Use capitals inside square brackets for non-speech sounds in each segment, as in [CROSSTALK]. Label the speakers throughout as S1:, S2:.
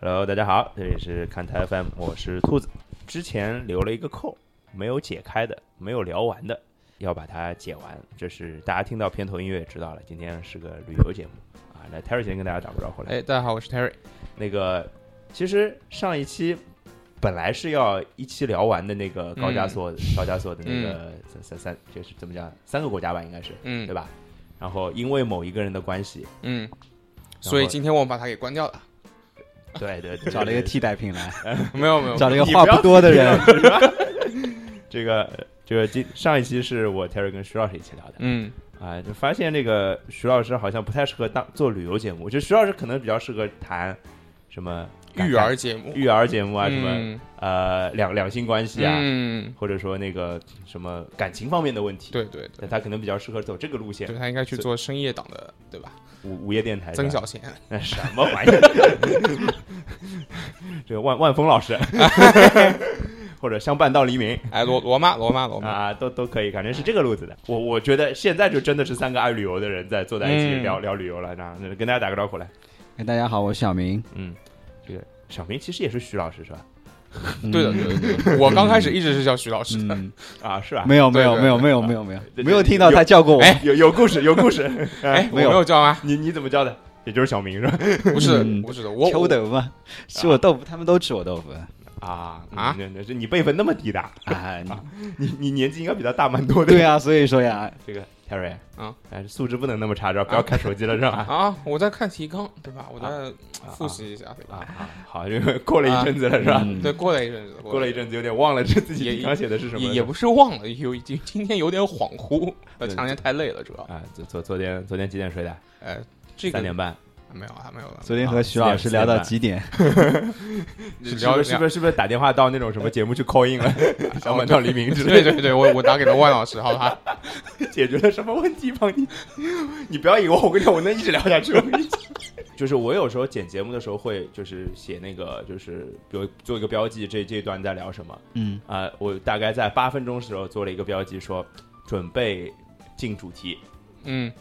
S1: Hello，大家好，这里是看台 FM，我是兔子。之前留了一个扣，没有解开的，没有聊完的，要把它解完。这是大家听到片头音乐也知道了，今天是个旅游节目啊。来，Terry 先跟大家打个招呼来。
S2: 哎，大家好，我是 Terry。
S1: 那个，其实上一期本来是要一期聊完的那个高加索，高加索的那个三三三，就是怎么讲，三个国家吧，应该是
S2: 嗯
S1: 对吧？然后因为某一个人的关系，
S2: 嗯，所以
S1: 然后
S2: 今天我们把它给关
S1: [LAUGHS]
S2: 掉了。
S1: 对对 [LAUGHS] 对，
S3: 找了一个
S1: 对
S3: 替代品来，
S2: 没有没有，
S3: 找了一个话不多的人。
S1: 这个这个今上一期是我 Terry 跟徐老师一起聊的
S2: 嗯，
S1: 啊、就发现这个徐老师好像不太适合当做旅游节目，我觉得徐老师可能比较适合谈什么
S2: 育儿节目，
S1: 育儿节目啊，什么、
S2: 嗯
S1: 呃两两性关系啊，
S2: 嗯，
S1: 或者说那个什么感情方面的问题。，
S2: 对对对
S1: 但，他可能比较适合走这个路线
S2: 对，他应该去做深夜档的，对吧？
S1: 午午夜电台。
S2: 曾
S1: 是吧 [LAUGHS]
S2: 小贤，
S1: 那什么玩意儿？ [LAUGHS] 这个万万峰老
S2: [LAUGHS]
S1: 师，或者相伴到黎明。
S2: 哎，罗罗妈，罗妈，罗妈，
S1: 啊，都都可以，反正是这个路子的。我我觉得现在就真的是三个爱旅游的人在坐在一起
S2: 嗯
S1: 聊、聊旅游了，那那跟大家打个招呼来。
S3: 哎大家好，我是小明。
S1: 嗯，这个小明其实也是徐老师是吧？
S2: 对的，对的对的。我刚开始一直是叫徐老师的，
S3: 嗯，
S1: 啊，是吧？
S3: 没有没有
S2: 对对
S3: 没有没有
S1: 啊
S3: 没有没有
S1: 对
S3: 没有听到他叫过我。
S2: 哎
S1: 有有故事，嗯有故事。啊
S2: 哎，我没
S3: 没有
S2: 有叫吗？
S1: 你你怎么叫的？也就是小明是吧？
S2: 不是
S3: 嗯
S2: 不是的，我
S3: 秋
S2: 我
S3: 豆腐嘛，吃我豆腐，他们都吃我豆腐。
S1: 啊
S2: 啊
S1: 那那是你辈分那么低的，
S3: 啊，你
S1: 你你年纪应该比他大蛮多的。
S3: 对啊，所以说呀，
S1: 这个 Terry
S2: 啊，
S1: 但是素质不能那么差，知道不要看手机了，是
S2: [LAUGHS]
S1: 吧？
S2: 啊，我在看提纲，对吧？我在
S1: 啊
S2: 复习一下，对
S1: 啊
S2: 吧？
S1: 啊，好，这个过了一阵子了，是吧？
S3: 嗯
S2: 对，过了一阵子，
S1: 过了一阵子有点忘了这自己
S2: 啊也
S1: 平常写的是什么了，
S2: 也也不是忘了，有今今天有点恍惚，呃，
S1: 对
S2: 前两天太累了，主要。
S1: 啊，昨昨昨天昨天几点睡的？
S2: 哎，这个
S1: 三点半。
S2: 没有啊，没有了，
S3: 昨天和徐老师聊到几点？
S2: 是
S1: 是不
S2: 聊
S1: 是是不是是不是打电话到那种什么节目去 call in [LAUGHS] 了？想晚到黎明之类
S2: 对对对，我我打给了万老师，好
S1: [LAUGHS]
S2: 吧？
S1: 的，解决了什么问题帮你？ [LAUGHS] 你不要以为我跟你讲，我能一直聊下去。我跟你讲， [LAUGHS] 就是我有时候剪节目的时候会就是写那个就是比如做一个标记，这这一段在聊什么
S3: 嗯，
S1: 啊、我大概在八分钟时候做了一个标记说，准备进主题。
S2: 嗯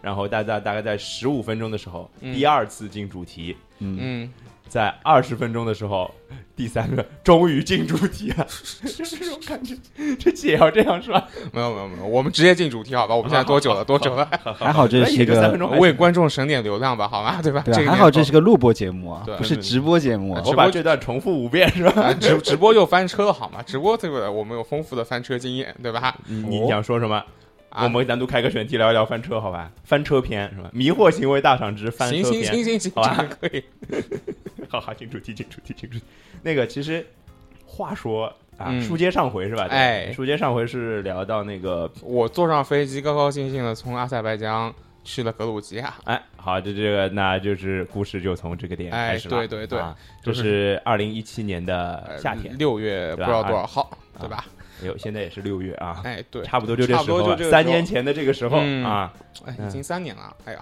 S1: 然后大家大概在十五分钟的时候，
S2: 嗯
S1: 第二次进主题，
S3: 嗯，
S2: 嗯，
S1: 在二十分钟的时候，第三个终于进主题了，就是这种感觉。这姐要这样是吧？
S2: 没有没有没有，我们直接进主题好吧？我们现在多久
S1: [LAUGHS]
S2: 了？多久了？
S3: 还好这
S1: 哎
S3: 是
S1: 也
S3: 一
S1: 就三
S3: 个
S1: 分钟还
S2: 为
S1: 行，
S2: 观众省点流量吧，好吗？对吧？
S3: 对
S2: 这
S3: 啊，
S2: 个
S3: 还好这是个录播节目啊
S2: 对，
S3: 不是直播节目啊。
S1: 我把这段重复五遍是吧？
S2: 啊直直播就翻车了，好吗？直播这个我们有丰富的翻车经验，对吧？
S1: 你
S3: 哦
S1: 你想说什么？
S2: 啊
S1: 我们单独开个选题聊一聊翻车，好吧？翻车篇是吧？迷惑行为大赏之翻
S2: 行
S1: 车
S2: 行
S1: 篇。
S2: 行行行，
S1: 好吧
S2: 这个可以。
S1: 好好，进主题，进主题，进主题。那个其实话说啊，
S2: 嗯
S1: 书接上回是吧？对吧
S2: 哎
S1: 书接上回是聊到那个
S2: 我坐上飞机，高高兴兴的从阿塞拜疆去了格鲁吉亚，
S1: 哎，好，这这个那就是故事就从这个点开始了。
S2: 哎对对对
S1: 啊，这
S2: 就是
S1: 二零一七年的
S2: 呃
S1: 夏天，
S2: 六月不
S1: 对吧
S2: 知道多少号，
S1: 啊
S2: 对吧？
S1: 哎呦，现在也是六月啊，
S2: 哎，对，
S1: 差不多就这
S2: 差
S1: 时
S2: 不多
S1: 候啊，
S2: 就这个时候
S1: 三年前的这个时候
S2: 嗯
S1: 啊，
S2: 哎，
S1: 嗯
S2: 已经三年了，哎呀，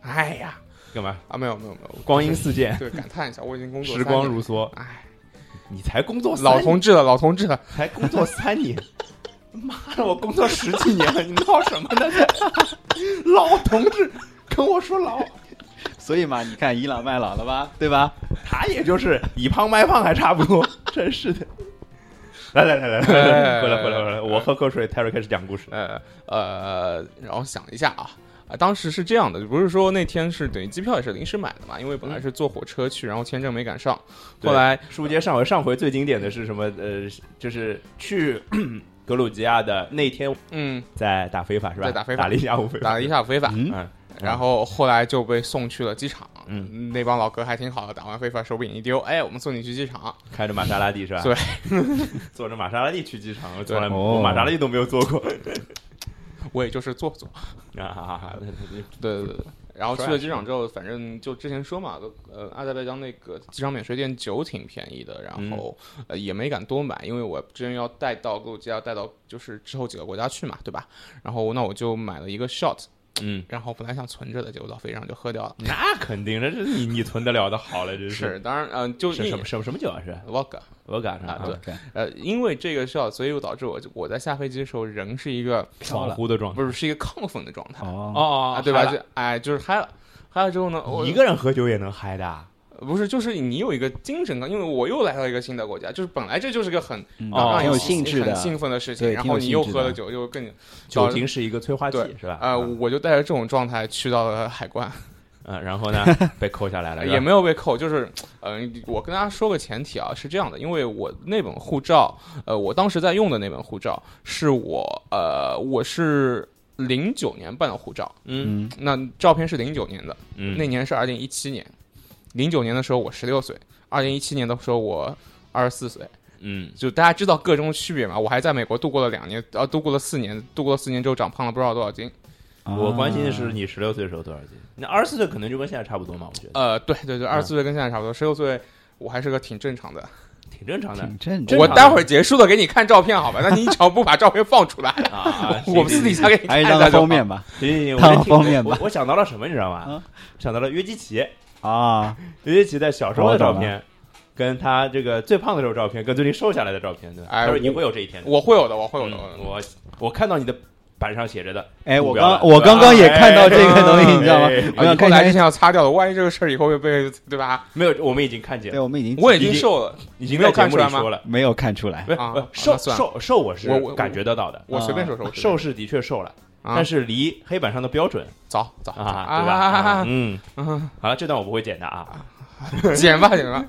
S2: 哎呀，
S1: 干嘛？
S2: 啊，没有没有没有，
S1: 光阴似箭，
S2: 对，感叹一下，我已经工作
S1: 时
S2: 三
S1: 光
S2: 年了
S1: 如梭。
S2: 哎，
S1: 你才工作三
S2: 老
S1: 年
S2: 同志了，老同志了，
S1: 才工作三年，妈的，我工作十几年了，你闹什么呢？ [LAUGHS] 老同志跟我说老，
S3: 所以嘛，你看倚老卖老了吧，对吧？
S1: 他也就是以胖卖胖还差不多，真是的。来来来来来，
S2: 哎
S1: 回来回来回来，我喝口水。Terry 开始讲故事。
S2: 呃呃，然后想一下啊。啊，当时是这样的，不是说那天是等于机票也是临时买的嘛，因为本来是坐火车去，然后签证没赶上，
S1: 对
S2: 后来
S1: 书接上回，上回最经典的是什么？呃，就是去 [COUGHS] 格鲁吉亚的那天，
S2: 嗯
S1: 在打非法是吧？
S2: 在打非法
S1: 了一下五非法，
S2: 打了一下非法，
S3: 嗯，
S1: 嗯，
S2: 然后后来就被送去了机场，
S1: 嗯，
S2: 那帮老哥还挺好的，打完非法手柄一丢，哎，我们送你去机场，
S1: 开着玛莎拉蒂是吧？
S2: 对，
S1: [LAUGHS] 坐着玛莎拉蒂去机场，我从来
S3: 对
S1: 我
S3: 哦
S1: 玛莎拉蒂都没有坐过。
S2: 我也就是坐坐，
S1: 啊啊啊！
S2: 对对对对。然后去了机场之后，反正就之前说嘛，呃，阿塞拜疆那个机场免税店酒挺便宜的，然后、呃也没敢多买，因为我之前要带到格鲁吉亚，带到就是之后几个国家去嘛，对吧？然后那我就买了一个 shot，
S1: 嗯，
S2: 然后本来想存着的，结果到飞机上就喝掉了。
S1: 那肯定，这是你你存得了的好了，这
S2: 是，当然，嗯、就是一
S1: 什么什么什么酒啊？是
S2: vodka，
S1: 我赶上
S2: 啊对
S3: 对，
S2: 呃，因为这个 shot，所以又导致我就我在下飞机的时候人是一个
S1: 恍惚的状态。
S2: 不是是一个亢奋的状态
S3: 哦，
S1: 哦
S2: 啊，对吧？
S1: 嗨了
S2: 就哎就是嗨了，嗨了之后呢，我
S1: 一个人喝酒也能嗨的啊？
S2: 不是，就是你有一个精神的，因为我又来到一个新的国家，就是本来这就是个很
S3: 嗯
S1: 哦
S2: 让
S3: 挺有
S2: 你
S3: 兴致
S2: 很
S3: 的，
S2: 兴奋的事情，
S3: 对
S2: 然
S3: 挺有
S2: 后你
S3: 兴
S2: 又
S3: 致
S2: 喝
S3: 的啊
S2: 了酒，又更
S1: 酒精是一个催化剂
S2: 对
S1: 是吧？
S2: 呃，
S1: 嗯
S2: 我就带着这种状态去到了海关，
S1: 嗯，然后
S3: [LAUGHS]
S1: 呢被扣下来了，是吧
S2: 也没有被扣，就是，呃，我跟大家说个前提啊，是这样的，因为我那本护照，呃，我当时在用的那本护照是我，呃，我是零九年办的护照，
S1: 嗯
S3: 嗯，
S2: 那照片是零九年的，
S1: 嗯
S2: 那年是二零一七年，零九年的时候我十六岁，二零一七年的时候我二十四岁，
S1: 嗯
S2: 就大家知道各种区别嘛，我还在美国度过了两年，呃，度过了四年，度过了四年之后长胖了不知道多少斤，
S1: 我关心的
S3: 啊
S1: 是你十六岁的时候多少斤？那二十四岁可能就跟现在差不多嘛，我觉得
S2: 呃，对
S1: 嗯
S2: 对对，二十四岁跟现在差不多，十六岁我还是个挺正常的。
S1: 挺正常的
S3: 挺正
S1: 正
S3: 常
S2: 我
S1: 常
S2: 待会儿结束了给你看照片，好吧？那你只要不把照片放出
S1: [LAUGHS]
S2: 来，
S3: [LAUGHS]
S1: 啊啊。
S2: 我们私底
S1: 下。
S2: 下给你
S3: 还
S2: 看
S3: 是
S2: 一
S3: 当
S2: 下
S3: 个
S2: 就好
S3: 封。面吧
S1: 行行行，
S3: 看
S1: 我
S3: 好
S1: 听
S3: 方面吧
S1: 我我我想到了什么，你知道吗
S3: 啊？
S1: 想到了约基奇，
S3: 啊，
S1: 约基奇在小时候的照
S3: 哦我懂
S1: 片，跟他这个最胖的时候照片，跟最近瘦下来的照片，对吧？
S2: 哎
S1: 他说
S2: 我
S1: 你会有这一天的。
S2: 我会有的，我会有的。
S1: 嗯我我看到你的板上写着的，
S3: 哎，
S1: 目
S3: 我
S1: 标
S3: 刚
S1: 了
S3: 我刚刚也看到这个东
S1: 哎
S3: 西，你知道吗
S1: 哎哎？
S3: 我
S2: 啊
S3: 想
S2: 你后
S3: 看一
S2: 来之
S3: 下，
S2: 前要擦掉的，万一这个事儿以后会被对吧？
S1: 没有，我们已经看见
S3: 对，
S1: 了，
S3: 我们已经
S2: 我已
S1: 已
S2: 经
S1: 经
S2: 瘦了，
S1: 已经
S2: 没有
S1: 在节
S2: 看
S1: 目
S2: 出来
S1: 里
S2: 吗
S1: 说了，
S3: 没有看出来
S1: 不是
S2: 啊
S1: 不是
S2: 啊
S1: 瘦
S2: 那算了
S1: 瘦瘦，我
S2: 我
S1: 是
S2: 我
S1: 感觉得到的，
S2: 我随便说说。我随便
S1: 瘦是的确瘦了，
S2: 啊
S1: 但是离黑板上的标准
S2: 早早早
S1: 啊，对吧？
S2: 啊！
S1: 嗯，
S2: [LAUGHS]
S1: 好了，这段我不会剪的啊，
S2: 减吧减吧，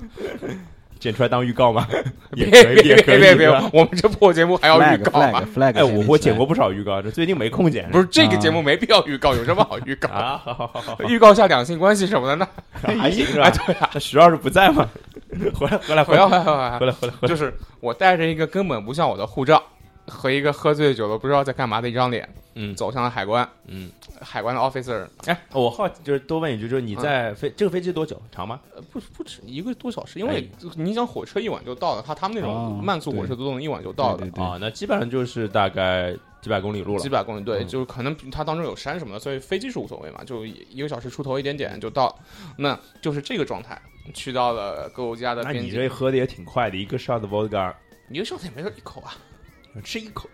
S1: 剪出来当预告 [LAUGHS] 吗？也
S2: 别
S1: 可以，
S2: 别
S1: 也可
S2: 别
S1: 以
S2: 别
S1: 是
S2: 别
S1: 吧，
S2: 我们这破节目还要预
S3: ，flag
S2: 告啊吗
S3: flag？flag，
S1: 哎，我
S3: 先
S1: 我
S3: 立起
S1: 剪
S3: 来
S1: 过不少预告，这最近没空剪，
S2: 不是这个
S3: 啊
S2: 节目没必要预告，有什么好预告？
S1: 啊， [LAUGHS] 好好好好，
S2: 预告一下两性关系什么的呢？
S1: 还行是吧？对啊，徐老师不在吗？ [LAUGHS] 回来回来
S2: 回
S1: 来
S2: 来回来回来
S1: 回来回来回来，
S2: 就是我带着一个根本不像我的护照和一个喝醉酒了不知道在干嘛的一张脸，
S1: 嗯
S2: 走向了海关。
S1: 嗯，哦
S2: 海关的 officer
S1: 我好奇就是多问一句，就是你在飞这个飞机多久？长吗？
S2: 呃不不止一个多小时，因为你想火车一晚就到了，他他们那
S3: 哦
S2: 种慢速火车都能一晚就到的
S3: 对，对
S1: 啊，那基本上就是大概几百公里路了
S2: 几。百公里。对，
S1: 嗯
S2: 就是可能它当中有山什么的，所以飞机是无所谓嘛，就一个小时出头一点点就到了。那就是这个状态，去到了格鲁吉亚的
S1: 那
S2: 边
S1: 你
S2: 境，
S1: 这喝的也啊挺快的，一个 shot vodka
S2: 你就上次也没有一口啊，
S1: 吃一口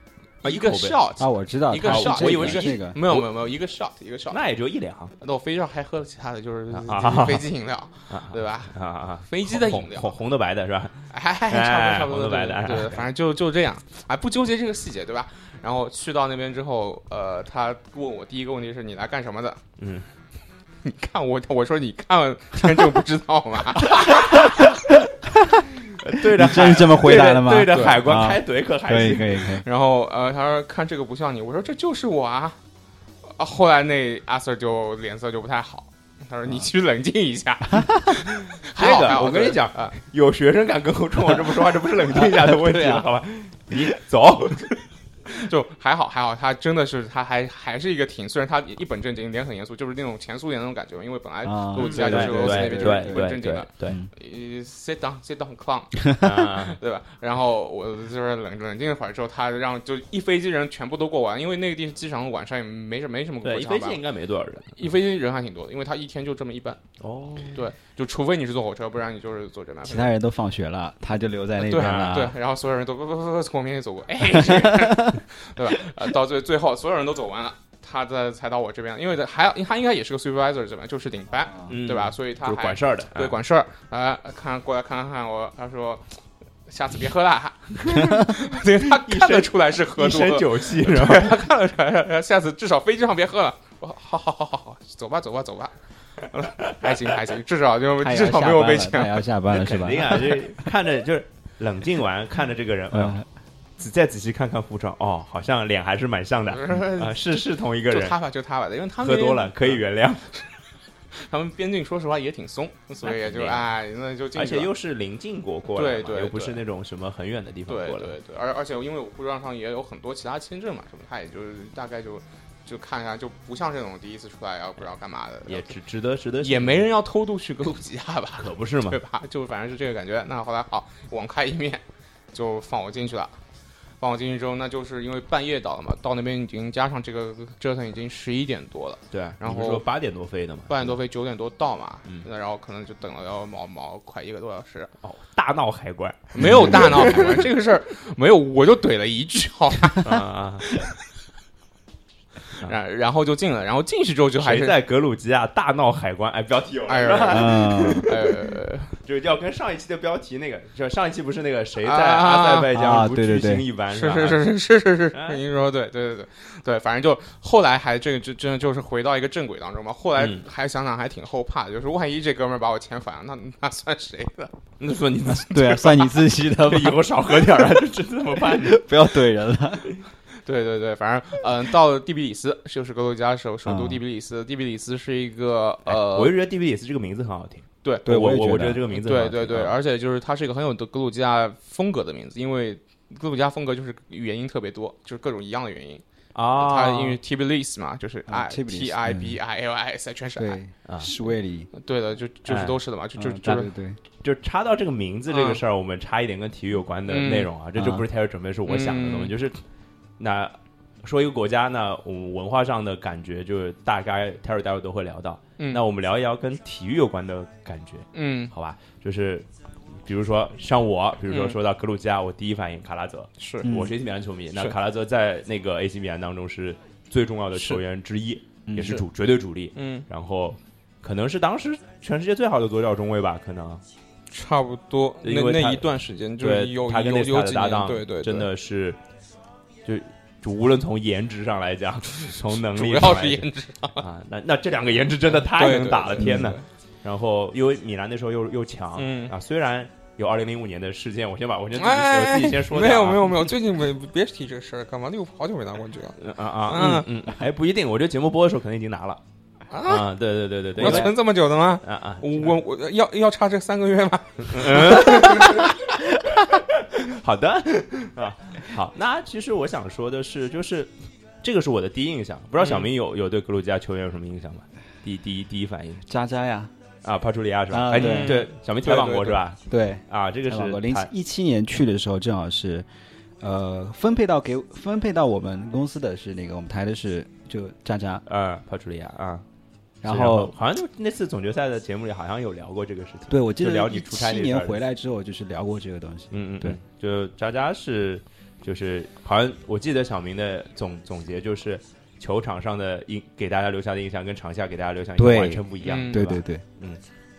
S2: 一个
S1: 口呗
S2: shot，
S3: 啊，我知道
S2: 一个
S3: 它
S2: shot，
S3: 这
S2: 我以为
S3: 个
S2: 是
S3: 这
S2: [LAUGHS]
S3: 个
S2: 没有没有没有一个 shot 一个 shot。
S1: 那也就一两
S2: 那我飞机上还喝了其他的，就是
S1: 啊
S2: 飞机饮料，对吧？
S1: 啊啊，
S2: 飞机的
S1: 红
S2: 饮
S1: 红
S2: 料，
S1: 红的白的是吧？
S2: 哎，
S1: 哎红
S2: 差不多差不多，
S1: 的白的
S2: 对对对，反正就就这样，哎，不纠结这个细节，对吧？然后去到那边之后，呃，他问我第一个问题是你来干什么的？
S1: 嗯，
S2: [LAUGHS] 你看我，我说你看签证不知道吗？
S1: 对
S3: 你真是这么回答的吗？
S1: 对着
S2: 对
S1: 海关
S3: 啊
S1: 开怼可还
S3: 可以
S1: 行？
S3: 可以可以，
S2: 然后呃，他说看这个不像你，我说这就是我啊。啊后来那阿 Sir 就脸色就不太好，他说你去冷静一下。 [LAUGHS] 还
S1: 啊 [LAUGHS] 这
S2: 好
S1: 个
S2: 还好
S1: 我跟你
S2: 对
S1: 讲
S2: 啊
S1: 有学生敢跟我冲我这么说话，这不是冷静一下的问题
S3: 对
S1: 了，
S3: 啊
S1: 好吧？你走，
S2: 就还好还好，他真的是他还还是一个挺，虽然他一本正经，脸很严肃，就是那种前苏联那种感觉，因为本来
S3: 啊
S2: 格鲁吉亚就是
S3: 对
S2: 俄罗斯那
S3: 对
S2: 边就
S3: 对
S2: 是一本正经的。
S1: 对
S3: 嗯
S2: 呃，sit down, sit down, clown，
S1: 啊
S2: 对吧？然后我就是冷冷静一会儿之后，他让就一飞机人全部都过完，因为那个地机场晚上也没什么没什么
S1: 对，
S2: 国
S1: 一
S2: 场
S1: 飞
S2: 吧
S1: 机，应该没多少人
S2: 一飞机人还挺多的，因为他一天就这么一班，
S1: 哦。
S2: 对，就除非你是坐火车，不然你就是坐这班。
S3: 其他人都放学了，他就留在那
S2: 对啊
S3: 边
S1: 啊
S3: 了。啊
S2: 对，然后所有人都不不不不从我面前
S1: [LAUGHS]
S2: 走过，哎，对吧？呃，到最最后，所有人都走完了，他在才到我这边，因为在还他应该也是个 supervisor 这边，就是领班，
S1: 嗯
S2: 对吧？？所以他
S1: 就是
S2: 还
S1: 管事儿的，
S2: 对
S1: 啊
S2: 管事儿啊、看过来看看我，他说下次别
S1: [LAUGHS]
S2: 喝了，对他看得出来是喝
S1: 一
S2: 多
S1: 身
S2: 了，
S1: 酒气，然后
S2: 他看得出来，下次至少飞机上别喝了。我说好好好好好，走吧走吧走吧， [LAUGHS] 还行还行，至少就
S3: 他也
S2: 至
S3: 要
S2: 少
S3: 下
S2: 没
S3: 班
S2: 有被
S3: 了，
S2: 抢
S3: 他。也要下班了是
S1: 肯
S3: 吧？
S1: 定啊，就是看着就是冷静完，看着这个人，哎呦，
S3: 嗯，
S1: 仔再仔细看看护照，哦，好像脸还是蛮
S2: [LAUGHS]
S1: 像的，啊，是是同一个
S2: 就
S1: 人，
S2: 他吧，就他吧的，因为他们
S1: 喝多了可以
S2: 原。
S1: 原谅，
S2: 他们边境说实话也挺松，所以也就
S1: 那肯定
S2: 哎，那就进
S1: 而
S2: 去
S1: 且
S2: 了。
S1: 又是邻近国过来嘛，
S2: 对对
S1: 又不是
S2: 对
S1: 那种什么很远的地方
S2: 对
S1: 过来，
S2: 对对，而而且因为我护照上也有很多其他签证嘛，什么他也就是大概就就看一下，就不像这种第一次出来要不知道干嘛的，
S1: 也值值得值得，
S2: 也没人要偷渡去格鲁吉
S1: [LAUGHS]
S2: 亚吧，
S1: 可不是嘛
S2: 对，吧？就反正是这个感觉。那后来好，网开一面，就放我进去了。放我进去之后，那就是因为半夜到了嘛，到那边已经加上这个折腾，已经十一点多了。
S1: 对，
S2: 然
S1: 你不是
S2: 后
S1: 说八点多飞的嘛，
S2: 八点多飞，九点多到嘛，
S1: 嗯
S2: 那然后可能就等了要毛毛快一个多小时，
S1: 哦，大闹海关
S2: 没有大闹海关
S1: 啊
S2: [LAUGHS] 这个事儿，没有，我就怼了一句，好吧，
S1: 啊啊，啊
S2: 然然后就进了，然后进去之后就还
S1: 谁
S2: 是
S1: 在格鲁吉亚大闹海关？哎，标题有了
S2: 哎
S1: 是
S2: 呦
S1: 吧，
S3: 嗯，
S2: 呃，
S1: 就是要跟上一期的标题那个，就上一期不是那个谁在
S2: 啊
S1: 阿塞拜
S3: 啊
S1: 疆如
S3: 对对
S1: 巨
S3: 对
S1: 星一般，
S2: 是
S1: 吧 [LAUGHS]
S2: 是是是是是是
S1: 哎，
S2: 您说得对对对对对，反正就后来还这个就真的就是回到一个正轨当中嘛。后来
S1: 嗯
S2: 还想想还挺后怕的，就是万一这哥们儿把我遣返了，那 [LAUGHS] 那算谁的？
S1: 那说 [LAUGHS] 你
S3: 对啊，算你自己
S2: [LAUGHS]
S3: 的吧，
S1: 以后少喝点儿啊，这这怎么办？
S3: 不要怼人了。
S2: 对对对，反正嗯、到了第比里斯，就是格鲁吉亚首首都
S3: 嗯
S2: 第比里斯。第比里斯是一个
S1: 啊哎
S2: [LAUGHS] 呃，
S1: 我就觉得 DVD 也是这个名字很好听，
S2: 对
S3: 对
S1: 我
S3: 我也
S1: 我
S3: 觉
S1: 我
S3: 得
S1: 觉得这个名字很好
S2: 对
S1: 听
S2: 对对，
S1: 啊
S2: 而且就是它是一个很有德格鲁吉亚风格的名字，因为格鲁吉亚风格就是原因特别多，就是各种一样的原因。
S1: 啊，
S2: 它因为 Tbilis 嘛，就是
S3: 啊
S2: I
S3: Tbilisi，
S2: T I B I L I S，全是 I。
S1: 啊
S3: 是为里，
S2: 对的，就就是
S1: 哎
S2: 都是的嘛，就就就
S3: 嗯对
S2: 是
S3: 对对，
S1: 就插到这个名字这
S2: 嗯
S1: 个事儿，我们插一点跟体育有关的内容啊，这就不是泰尔准备是我想的东西，
S2: 嗯
S1: 就是那说一个国家呢，我们文化上的感觉就是大概泰尔待会都会聊到，
S2: 嗯
S1: 那我们聊一聊跟体育有关的感觉，
S2: 嗯
S1: 好吧？就是比如说像我，比如说
S2: 嗯
S1: 说到格鲁吉亚，我第一反应卡拉泽，
S2: 是
S3: 嗯
S1: 我是 AC 米兰球迷，那
S2: 是
S1: 卡拉泽在那个 AC 米兰当中是最重要的球员之一，
S3: 嗯
S1: 也是主绝对主力，
S2: 嗯
S1: 然后。可能是当时全世界最好的左脚中卫吧，可能
S2: 差不多
S1: 因
S2: 那
S1: 为他
S2: 那一段时间就是
S1: 对，
S2: 有
S1: 他跟
S2: 有
S1: 内斯塔
S2: 有
S1: 的
S2: 几
S1: 搭
S2: 年
S1: 档，
S2: 对对对
S1: 真的是，就就无论从颜值上来讲， [LAUGHS] 从能力
S2: 主
S1: 上来讲
S2: 要是颜值
S1: 啊，那那这两个颜值真的太
S2: 对
S1: 能
S2: 对
S1: 打了，
S2: 对
S1: 天哪！
S2: 对
S1: 然后因为米兰那时候又又强，
S2: 嗯
S1: 啊，虽然有二零零五年的事件，我先把我先自己
S2: 哎哎
S1: 我
S2: 哎
S1: 自己先说
S2: 没
S1: 掉
S2: 有
S1: 啊
S2: 没有没有，最近没别提这个事儿，干嘛？利物浦好久没拿冠军了
S1: 嗯啊啊嗯嗯，还不一定，我觉得节目播的时候可能已经拿了
S2: 啊！
S1: 啊，对对对对对，
S2: 我
S1: 因为
S2: 存这么久的吗？
S1: 啊啊，
S2: 我我要要差这三个月吗？
S1: 好的 [LAUGHS] 啊，好，那其实我想说的是，就是这个是我的第一印象，不知
S3: 嗯
S1: 道小明有、有对格鲁吉亚球员有什么印象吗？第第一第一反应
S3: 渣渣呀，
S1: 啊，帕楚利亚是吧？
S3: 啊
S1: 哎，
S3: 对
S1: 你对，小明采访过
S2: 对对
S1: 是吧？
S3: 对，
S1: 啊，这个是
S3: 采访过零
S1: 他
S3: 一七年去的时候，正好是，呃，分配到给分配到我们公司的是那个我们台的是就渣渣，
S1: 嗯，帕楚利亚啊，
S3: 然
S1: 是后
S3: 后
S1: 好像就那次总决赛的节目里好像有聊过这个事情，
S3: 对我记
S1: 就聊
S3: 得
S1: 你
S3: 一
S1: 出差那
S3: 七
S1: 事
S3: 年
S1: 儿
S3: 回来之后就是聊过这个东西，
S1: 嗯嗯，嗯
S3: 对，
S1: 就渣渣是就是好像我记得小明的总总结就是。球场上的印给大家留下的印象跟场下给大家留下的印象
S3: 对
S1: 完全不一样，
S2: 嗯
S3: 对
S1: 吧
S3: 对对，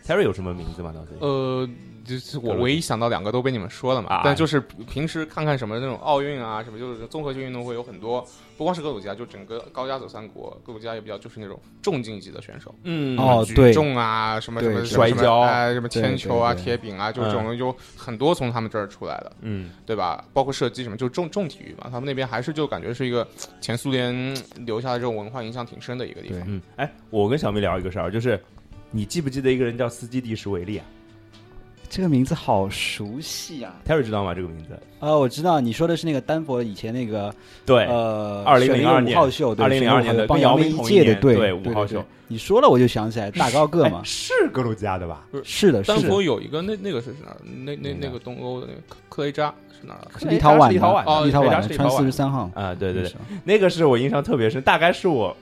S1: Terry 有什么名字吗？脑子里？
S2: [LAUGHS] 呃，就是
S1: 格
S2: 我
S1: 鲁
S2: 唯一想到两个都被你们说了嘛，
S1: 啊
S2: 但就是平时看看什么那种奥运啊，什么就是综合性运动会有很多，不光是格鲁吉亚，就整个高加索三国，格鲁吉亚也比较就是那种重竞技的选手，
S1: 嗯
S3: 哦
S2: 举
S3: 对
S2: 重啊，什么什么
S3: 对
S2: 什么
S1: 摔跤
S2: 哎，什么铅
S3: 对
S2: 球啊、
S3: 对对嗯
S2: 铁饼啊，就是这种有很多从他们这儿出来的，
S1: 嗯
S2: 对吧？包括射击什么，就重重体育嘛，他们那边还是就感觉是一个前苏联留下的这种文化影响挺深的一个地方
S3: 对。
S1: 嗯，哎，我跟小明聊一个事儿，就是你记不记得一个人叫斯基蒂什维利啊
S3: 这个名字好熟悉啊！
S1: ？Terry 知道吗？这个名字？
S3: 呃，我知道你说的是那个丹佛以前那个
S1: 对，
S3: 呃，
S1: 2002年
S3: 选那个五号秀，对
S1: 2002年的
S3: 帮
S1: 跟
S3: 姚
S1: 姚明
S3: 明一
S1: 同一
S3: 届的，
S1: 年对
S3: 对
S1: 五号秀，
S3: 对对你说了我就想起来，大高个嘛
S1: 哎，是格鲁吉亚的吧？
S3: 是的，
S2: 丹
S3: 是的
S2: 佛，有一个那那个是哪儿？那那那个东欧的那个克克雷扎是哪儿啊？
S3: 是立陶宛的
S1: 是立陶宛的
S2: 哦
S3: 立陶
S1: 哎对他
S3: 宛
S1: 是立
S3: 的
S1: 陶
S3: 穿
S1: 宛
S3: 四
S1: 的
S3: 十三号，
S1: 啊，对对对，
S3: 那时候
S1: 那个是我印象特别深，大概是我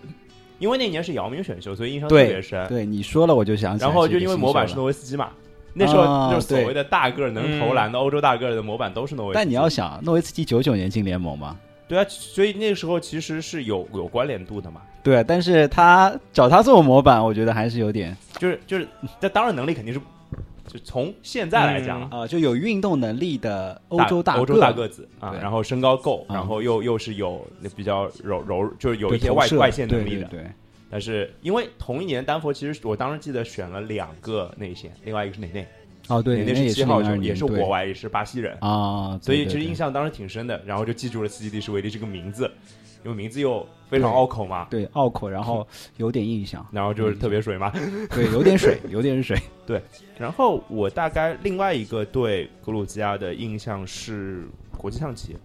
S1: 因为那年是姚明选秀，所以印象特
S3: 对
S1: 别深。
S3: 对你说了我就想起来
S1: 哎然
S3: 这个新秀
S1: 后
S3: 了，
S1: 就因为模板是诺维斯基嘛，那时候
S3: 啊
S1: 就是所谓的大个儿能
S2: 对
S1: 投篮的欧洲大个儿的模板都是诺维斯基。
S3: 但你要想，诺维茨基九九年进联盟嘛，
S1: 对啊，所以那个时候其实是有有关联度的嘛。
S3: 对，但是他找他做模板，我觉得还是有点
S1: 就是就是，但当然能力肯定是，就从现在来讲啊，
S3: 啊、就有运动能力的欧洲大
S1: 欧洲
S3: 个
S1: 大个子啊，
S3: 对
S1: 然后身高够，
S3: 嗯
S1: 然后又又是有比较柔柔，就是有
S3: 对
S1: 一些
S3: 投
S1: 外
S3: 射
S1: 外线能
S3: 对
S1: 力的。
S3: 对对
S1: 但是因为同一年丹佛，其实我当时记得选了两个内线，另外一个是内内，
S3: 哦对，
S1: 内内
S3: 那
S1: 是
S3: 也
S1: 七号
S3: 02
S1: 球，
S3: 年
S1: 也是
S3: 对
S1: 国外，也是巴西人，
S3: 啊，
S1: 所以其
S3: 对对
S1: 实
S3: 对
S1: 印象当时挺深的。然后就记住了斯基蒂什维利这个名字，因为名字又非常
S3: 对
S1: 拗口嘛，
S3: 对拗口，然后有点印象，
S1: 然后就是特别水嘛，
S3: 对，有
S1: [LAUGHS]
S3: 点水，有点水，
S1: 然后我大概另外一个对格鲁吉亚的印象是国际象棋，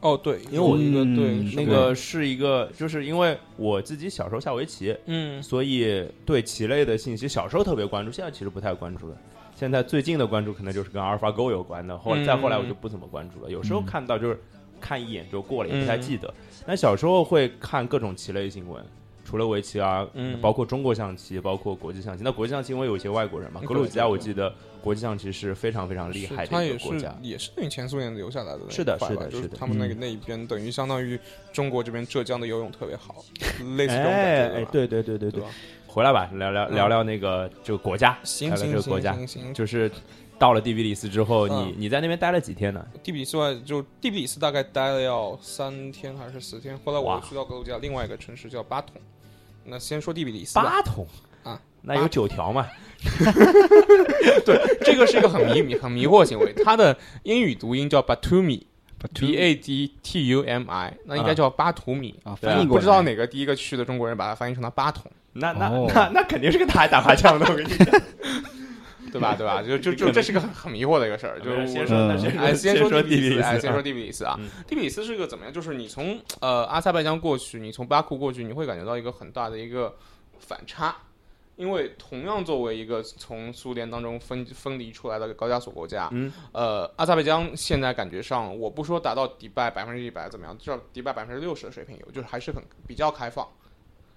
S2: 哦，对，因
S1: 为我
S2: 一个
S3: 嗯
S2: 对
S3: 是
S1: 那个是一个，就是因为我自己小时候下围棋，
S2: 嗯
S1: 所以对棋类的信息小时候特别关注，现在其实不太关注了。现在最近的关注可能就是跟阿尔法狗有关的，后来
S2: 嗯
S1: 再后来我就不怎么关注了。有时候
S3: 嗯
S1: 看到就是看一眼就过了，也
S2: 嗯
S1: 不太记得。但小时候会看各种棋类新闻，除了围棋啊，
S2: 嗯
S1: 包括中国象棋，包括国际象棋。那国际象棋因为有一些外国人嘛，格鲁吉亚
S2: 对对
S1: 我记得国际象棋是非常非常厉害
S2: 是它
S1: 的一
S2: 也
S1: 个国
S2: 是
S1: 家。
S2: 也是等于前苏联留下来的那一
S1: 是的
S2: 块
S1: 是
S2: 吧
S1: 的
S2: 就是
S1: 是的
S2: 他们那个
S3: 嗯
S2: 那一边等于相当于中国这边浙江的游泳特别好，类似这种
S1: 哎
S2: 感觉
S1: 哎
S2: 吧，
S1: 对对对对对
S2: 对吧，？
S1: 回来吧，聊聊
S2: 嗯
S1: 聊聊那个这个国家，
S2: 行
S1: 聊聊这
S2: 行
S1: 个国
S2: 行
S1: 家，
S2: 行行，
S1: 就是到了第比利斯之后，
S2: 嗯
S1: 你你在那边待了几天呢？
S2: 第比利斯外就第比利斯大概待了要三天还是四天，后来我
S1: 哇
S2: 又去到格鲁吉亚另外一个城市叫巴统。那先说第比利斯吧，
S1: 八桶
S2: 啊，
S1: 那
S2: 八
S1: 有九条嘛？
S2: [LAUGHS] 这个是一个很迷迷很迷惑的行为，它的英语读音叫 Batumi，B A D T U M I，那应该叫巴图米。
S3: [LAUGHS] 啊，
S1: 对啊
S3: 翻译过
S2: 不知道
S3: 来
S2: 哪个第一个去的中国人把它翻译成了八桶，
S1: 那那
S3: 哦
S1: 那那肯定是跟他打麻将的，我跟你讲。
S2: 对吧？对吧？就就就这是个很很迷惑的一个事儿。 [LAUGHS] 就
S1: [LAUGHS] 没
S2: 是
S1: 事先
S2: 我
S1: 说，那先
S2: 哎，先
S1: 说
S2: 说第
S1: 比
S2: 比
S1: 利
S2: 哎，先
S1: 斯
S2: 说
S1: 啊，
S2: 第比利斯啊
S1: 嗯，
S2: 第比利斯是个怎么样？就是你从呃阿塞拜疆过去，你从巴库过去，你会感觉到一个很大的一个反差，因为同样作为一个从苏联当中分分离出来的高加索国家，
S1: 嗯，
S2: 呃，阿塞拜疆现在感觉上，我不说达到迪拜百分之一百怎么样，至少迪拜百分之六十的水平有，就是还是很比较开放，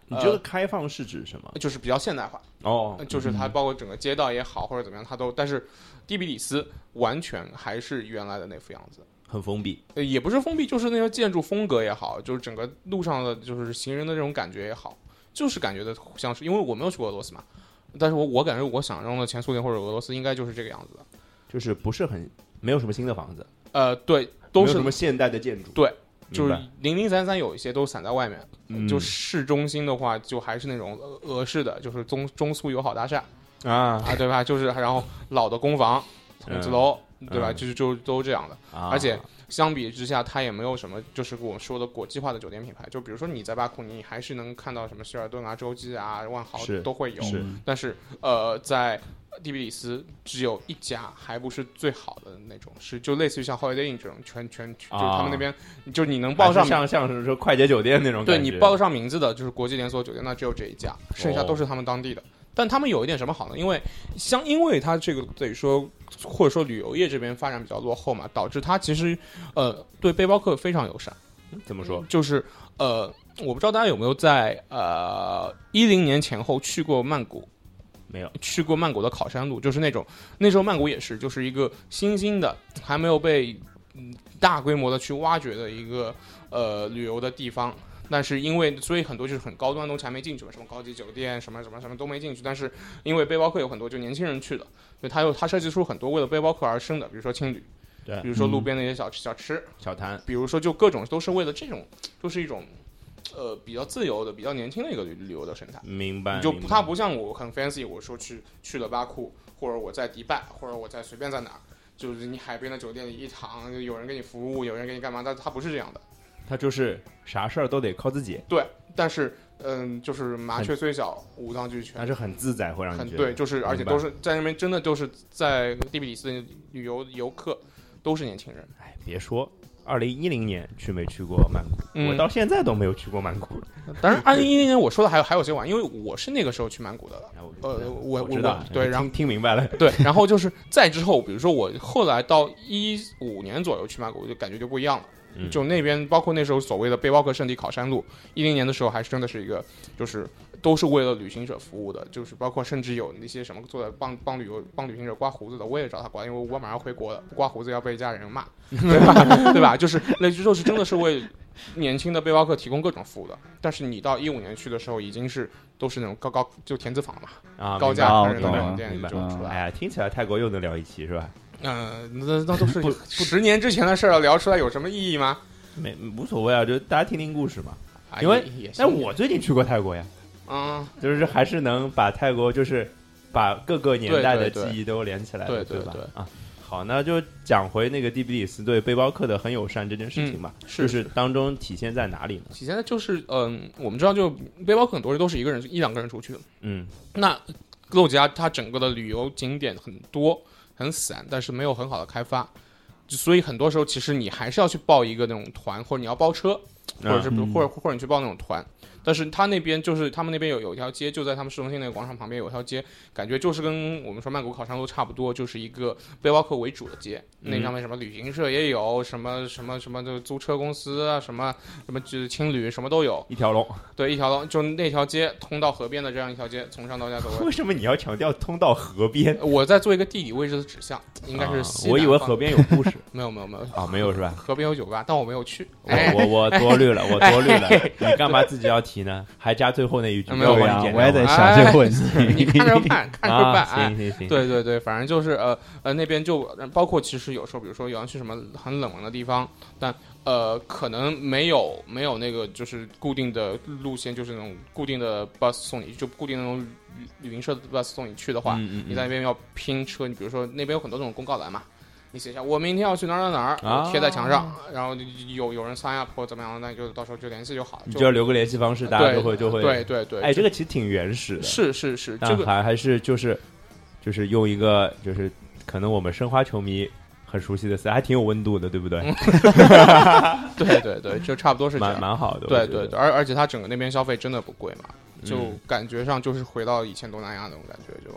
S1: 你这个开放是指什么？
S2: 就是比较现代化。
S1: 哦
S2: 呃，就是它包括整个街道也好或者怎么样，它都，但是第比里斯完全还是原来的那副样子，
S1: 很封闭。
S2: 呃，也不是封闭，就是那些建筑风格也好，就是整个路上的就是行人的这种感觉也好，就是感觉的像是，因为我没有去过俄罗斯嘛，但是我我感觉我想象的前苏联或者俄罗斯应该就是这个样子的，
S1: 就是不是很没有什么新的房子，
S2: 呃，对，
S1: 没
S2: 都
S1: 有
S2: 是
S1: 什么现代的建筑，
S2: 对，就
S1: 明
S2: 是
S1: 白
S2: 零零散散有一些都散在外面，
S1: 嗯
S2: 就市中心的话就还是那种俄俄式的，就是中中苏友好大厦。
S1: 啊
S2: 啊，对吧？就是然后老的公房、筒子楼，对吧？
S1: 嗯
S2: 就是就都这样的。
S1: 啊
S2: 而且相比之下，它也没有什么就是我们说的国际化的酒店品牌。就比如说你在巴库，你还是能看到什么希尔顿啊、洲际啊、万豪
S1: 是
S2: 都会有。
S1: 是
S3: 嗯
S2: 但是呃，在第比利斯只有一家，还不是最好的那种，是就类似于像 Holiday Inn 这种，全全就是他
S1: 啊
S2: 们那边，就你能报
S1: 还
S2: 上
S1: 是像像是说快捷酒店那种
S2: 对
S1: 感
S2: 你
S1: 觉
S2: 报得上名字的，就是国际连锁酒店，那只有这一家，剩下
S1: 哦
S2: 都是他们当地的。但他们有一点什么好呢？因为相因为它这个得说或者说旅游业这边发展比较落后嘛，导致它其实呃对背包客非常友善。
S1: 怎么说？
S2: 就是呃，我不知道大家有没有在呃一零年前后去过曼谷。
S1: 没有
S2: 去过曼谷的考山路，就是那种那时候曼谷也是，就是一个新兴的，还没有被嗯大规模的去挖掘的一个呃旅游的地方。但是因为所以很多就是很高端的东西还没进去嘛，什么高级酒店，什么什么什么都没进去。但是因为背包客有很多就年轻人去的，所以他有他设计出很多为了背包客而生的，比如说青旅，
S1: 对
S2: 比如说路
S3: 嗯
S2: 边那些小吃小吃，
S1: 小谈
S2: 比如说就各种都是为了这种，就是一种呃比较自由的、比较年轻的一个旅旅游的生态。
S1: 明白，
S2: 你就
S1: 嗯明白
S2: 它不像我很 fancy，我说去去了巴库，或者我在迪拜，或者我在随便在哪儿，就是你海边的酒店里一躺，有人给你服务，有人给你干嘛，但它不是这样的。
S1: 他就是啥事儿都得靠自己，
S2: 对，但是嗯，就是麻雀虽小，五脏俱全
S1: 但。是很自在，会让
S2: 很
S1: 你觉得
S2: 对，就是而且
S1: 明白
S2: 都是在那边，真的就是在第比里斯旅游游客都是年轻人。
S1: 哎，别说。二零一零年去没去过曼谷、
S2: 嗯
S1: 我到现在都没有去过曼 [LAUGHS] 谷。
S2: 当然，二零一零年我说的还有还有些晚，因为我是那个时候去曼谷的，
S1: 然后
S2: 呃我
S1: 知道哎
S2: 我，对然后
S1: 听听明白
S2: [LAUGHS]
S1: 了，
S2: 对，然后就是再之后，比如说我后来到一五年左右去曼谷，我就感觉就不一样了。
S1: 嗯
S2: 就那边包括那时候所谓的背包客圣地考山路，一零年的时候还真的是一个，就是都是为了旅行者服务的，就是包括甚至有那些什么做的帮帮旅游帮旅行者刮胡子的，我也找他刮，因为我马上回国了，不刮胡子要被家人骂，对吧？ [LAUGHS] 对吧？就是那就是真的是为年轻的背包客提供各种服务的。但是你到一五年去的时候，已经是都是那种高高就田字坊嘛，
S1: 啊，
S2: 高
S1: 明
S2: 价
S3: 白
S2: 客人的
S3: 懂
S2: 那
S3: 了
S2: 种店
S1: 明白
S2: 就出
S1: 白
S2: 来。
S1: 哎呀，听起来泰国又能聊一期是吧？
S2: 嗯，那那都是 [LAUGHS] 十年之前的事儿了，聊出来有什么意义吗？
S1: 没无所谓啊，就大家听听故事嘛。
S2: 啊
S1: 因为
S2: 也也行
S1: 但我最近去过泰国呀，
S2: 嗯，
S1: 就是还是能把泰国就是把各个年代的记忆都连起来了，
S2: 对对
S1: 对
S2: 对
S1: 吧
S2: 对？
S1: 啊，好，那就讲回那个第比里斯对背包客的很友善这件事情吧，
S2: 嗯是
S1: 就是当中体现在哪里呢？
S2: 体现在就是嗯，我们知道就背包客很多人都是一个人一两个人出去的，
S1: 嗯，
S2: 那格鲁吉亚它整个的旅游景点很多很散，但是没有很好的开发。就所以很多时候，其实你还是要去报一个那种团，或者你要包车，或者是、
S3: 嗯
S2: 或者或者你去报那种团。但是他那边就是他们那边有有一条街，就在他们市中心那个广场旁边有一条街，感觉就是跟我们说曼谷烤山都差不多，就是一个背包客为主的街。那上面什么旅行社也有，什么什么什么的租车公司啊，什么什么就是青旅什么都有。
S1: 一条龙。
S2: 对，一条龙就那条街通到河边的这样一条街，从上到下走过
S1: [LAUGHS] 为
S2: 来。
S1: 什么你要强调通到河边？
S2: 我在做一个地理位置的指向，应该是西
S1: 啊我
S2: 南
S1: 以为
S2: 方
S1: 河边有故事
S2: 没有没有没有，
S1: 啊，没有是
S2: [LAUGHS]
S1: 吧？
S2: 河边有酒吧，但我没有去。哎
S1: 我哦我我多虑了，我多虑了，你干嘛自己要提呢？还加最后那一句，
S2: 没
S1: 要
S2: 有
S1: 不
S2: 哎
S1: 然
S2: 啊我
S3: 呀
S1: 剪，掉
S3: 啊我也在
S1: 吧
S3: 想这个问题。
S1: 哎
S2: 你看着办，看着办。
S1: 啊，
S2: 哎
S1: 行行行，
S2: 对对对，反正就是呃呃那边就呃包括其实有时候，比如说有人去什么很冷门的地方，但呃可能没有没有那个就是固定的路线，就是那种固定的 bus 送你，就固定那种旅旅行社的 bus 送你去的话，
S1: 嗯嗯
S2: 你在那边要拼车，你比如说那边有很多这种公告栏嘛。你写一下，我明天要去哪儿哪儿哪儿，
S1: 啊
S2: 贴在墙上，然后有有人 sign up 或者怎么样，那你就到时候就联系就好了。
S1: 你就要留个联系方式，大家
S2: 对
S1: 就会就会。
S2: 对对对，
S1: 哎，这个其实挺原始的，
S2: 是是是，这
S1: 但
S2: 个
S1: 还还是就是就是用一个就是可能我们申花球迷很熟悉的词，还挺有温度的，对不对？
S2: 对对对，就差不多是嗯这样
S1: 蛮。蛮好的，
S2: 对
S1: 我觉
S2: 对
S1: 得
S2: 对，而而且它整个那边消费真的不贵嘛，就
S1: 嗯
S2: 感觉上就是回到以前东南亚那种感觉，就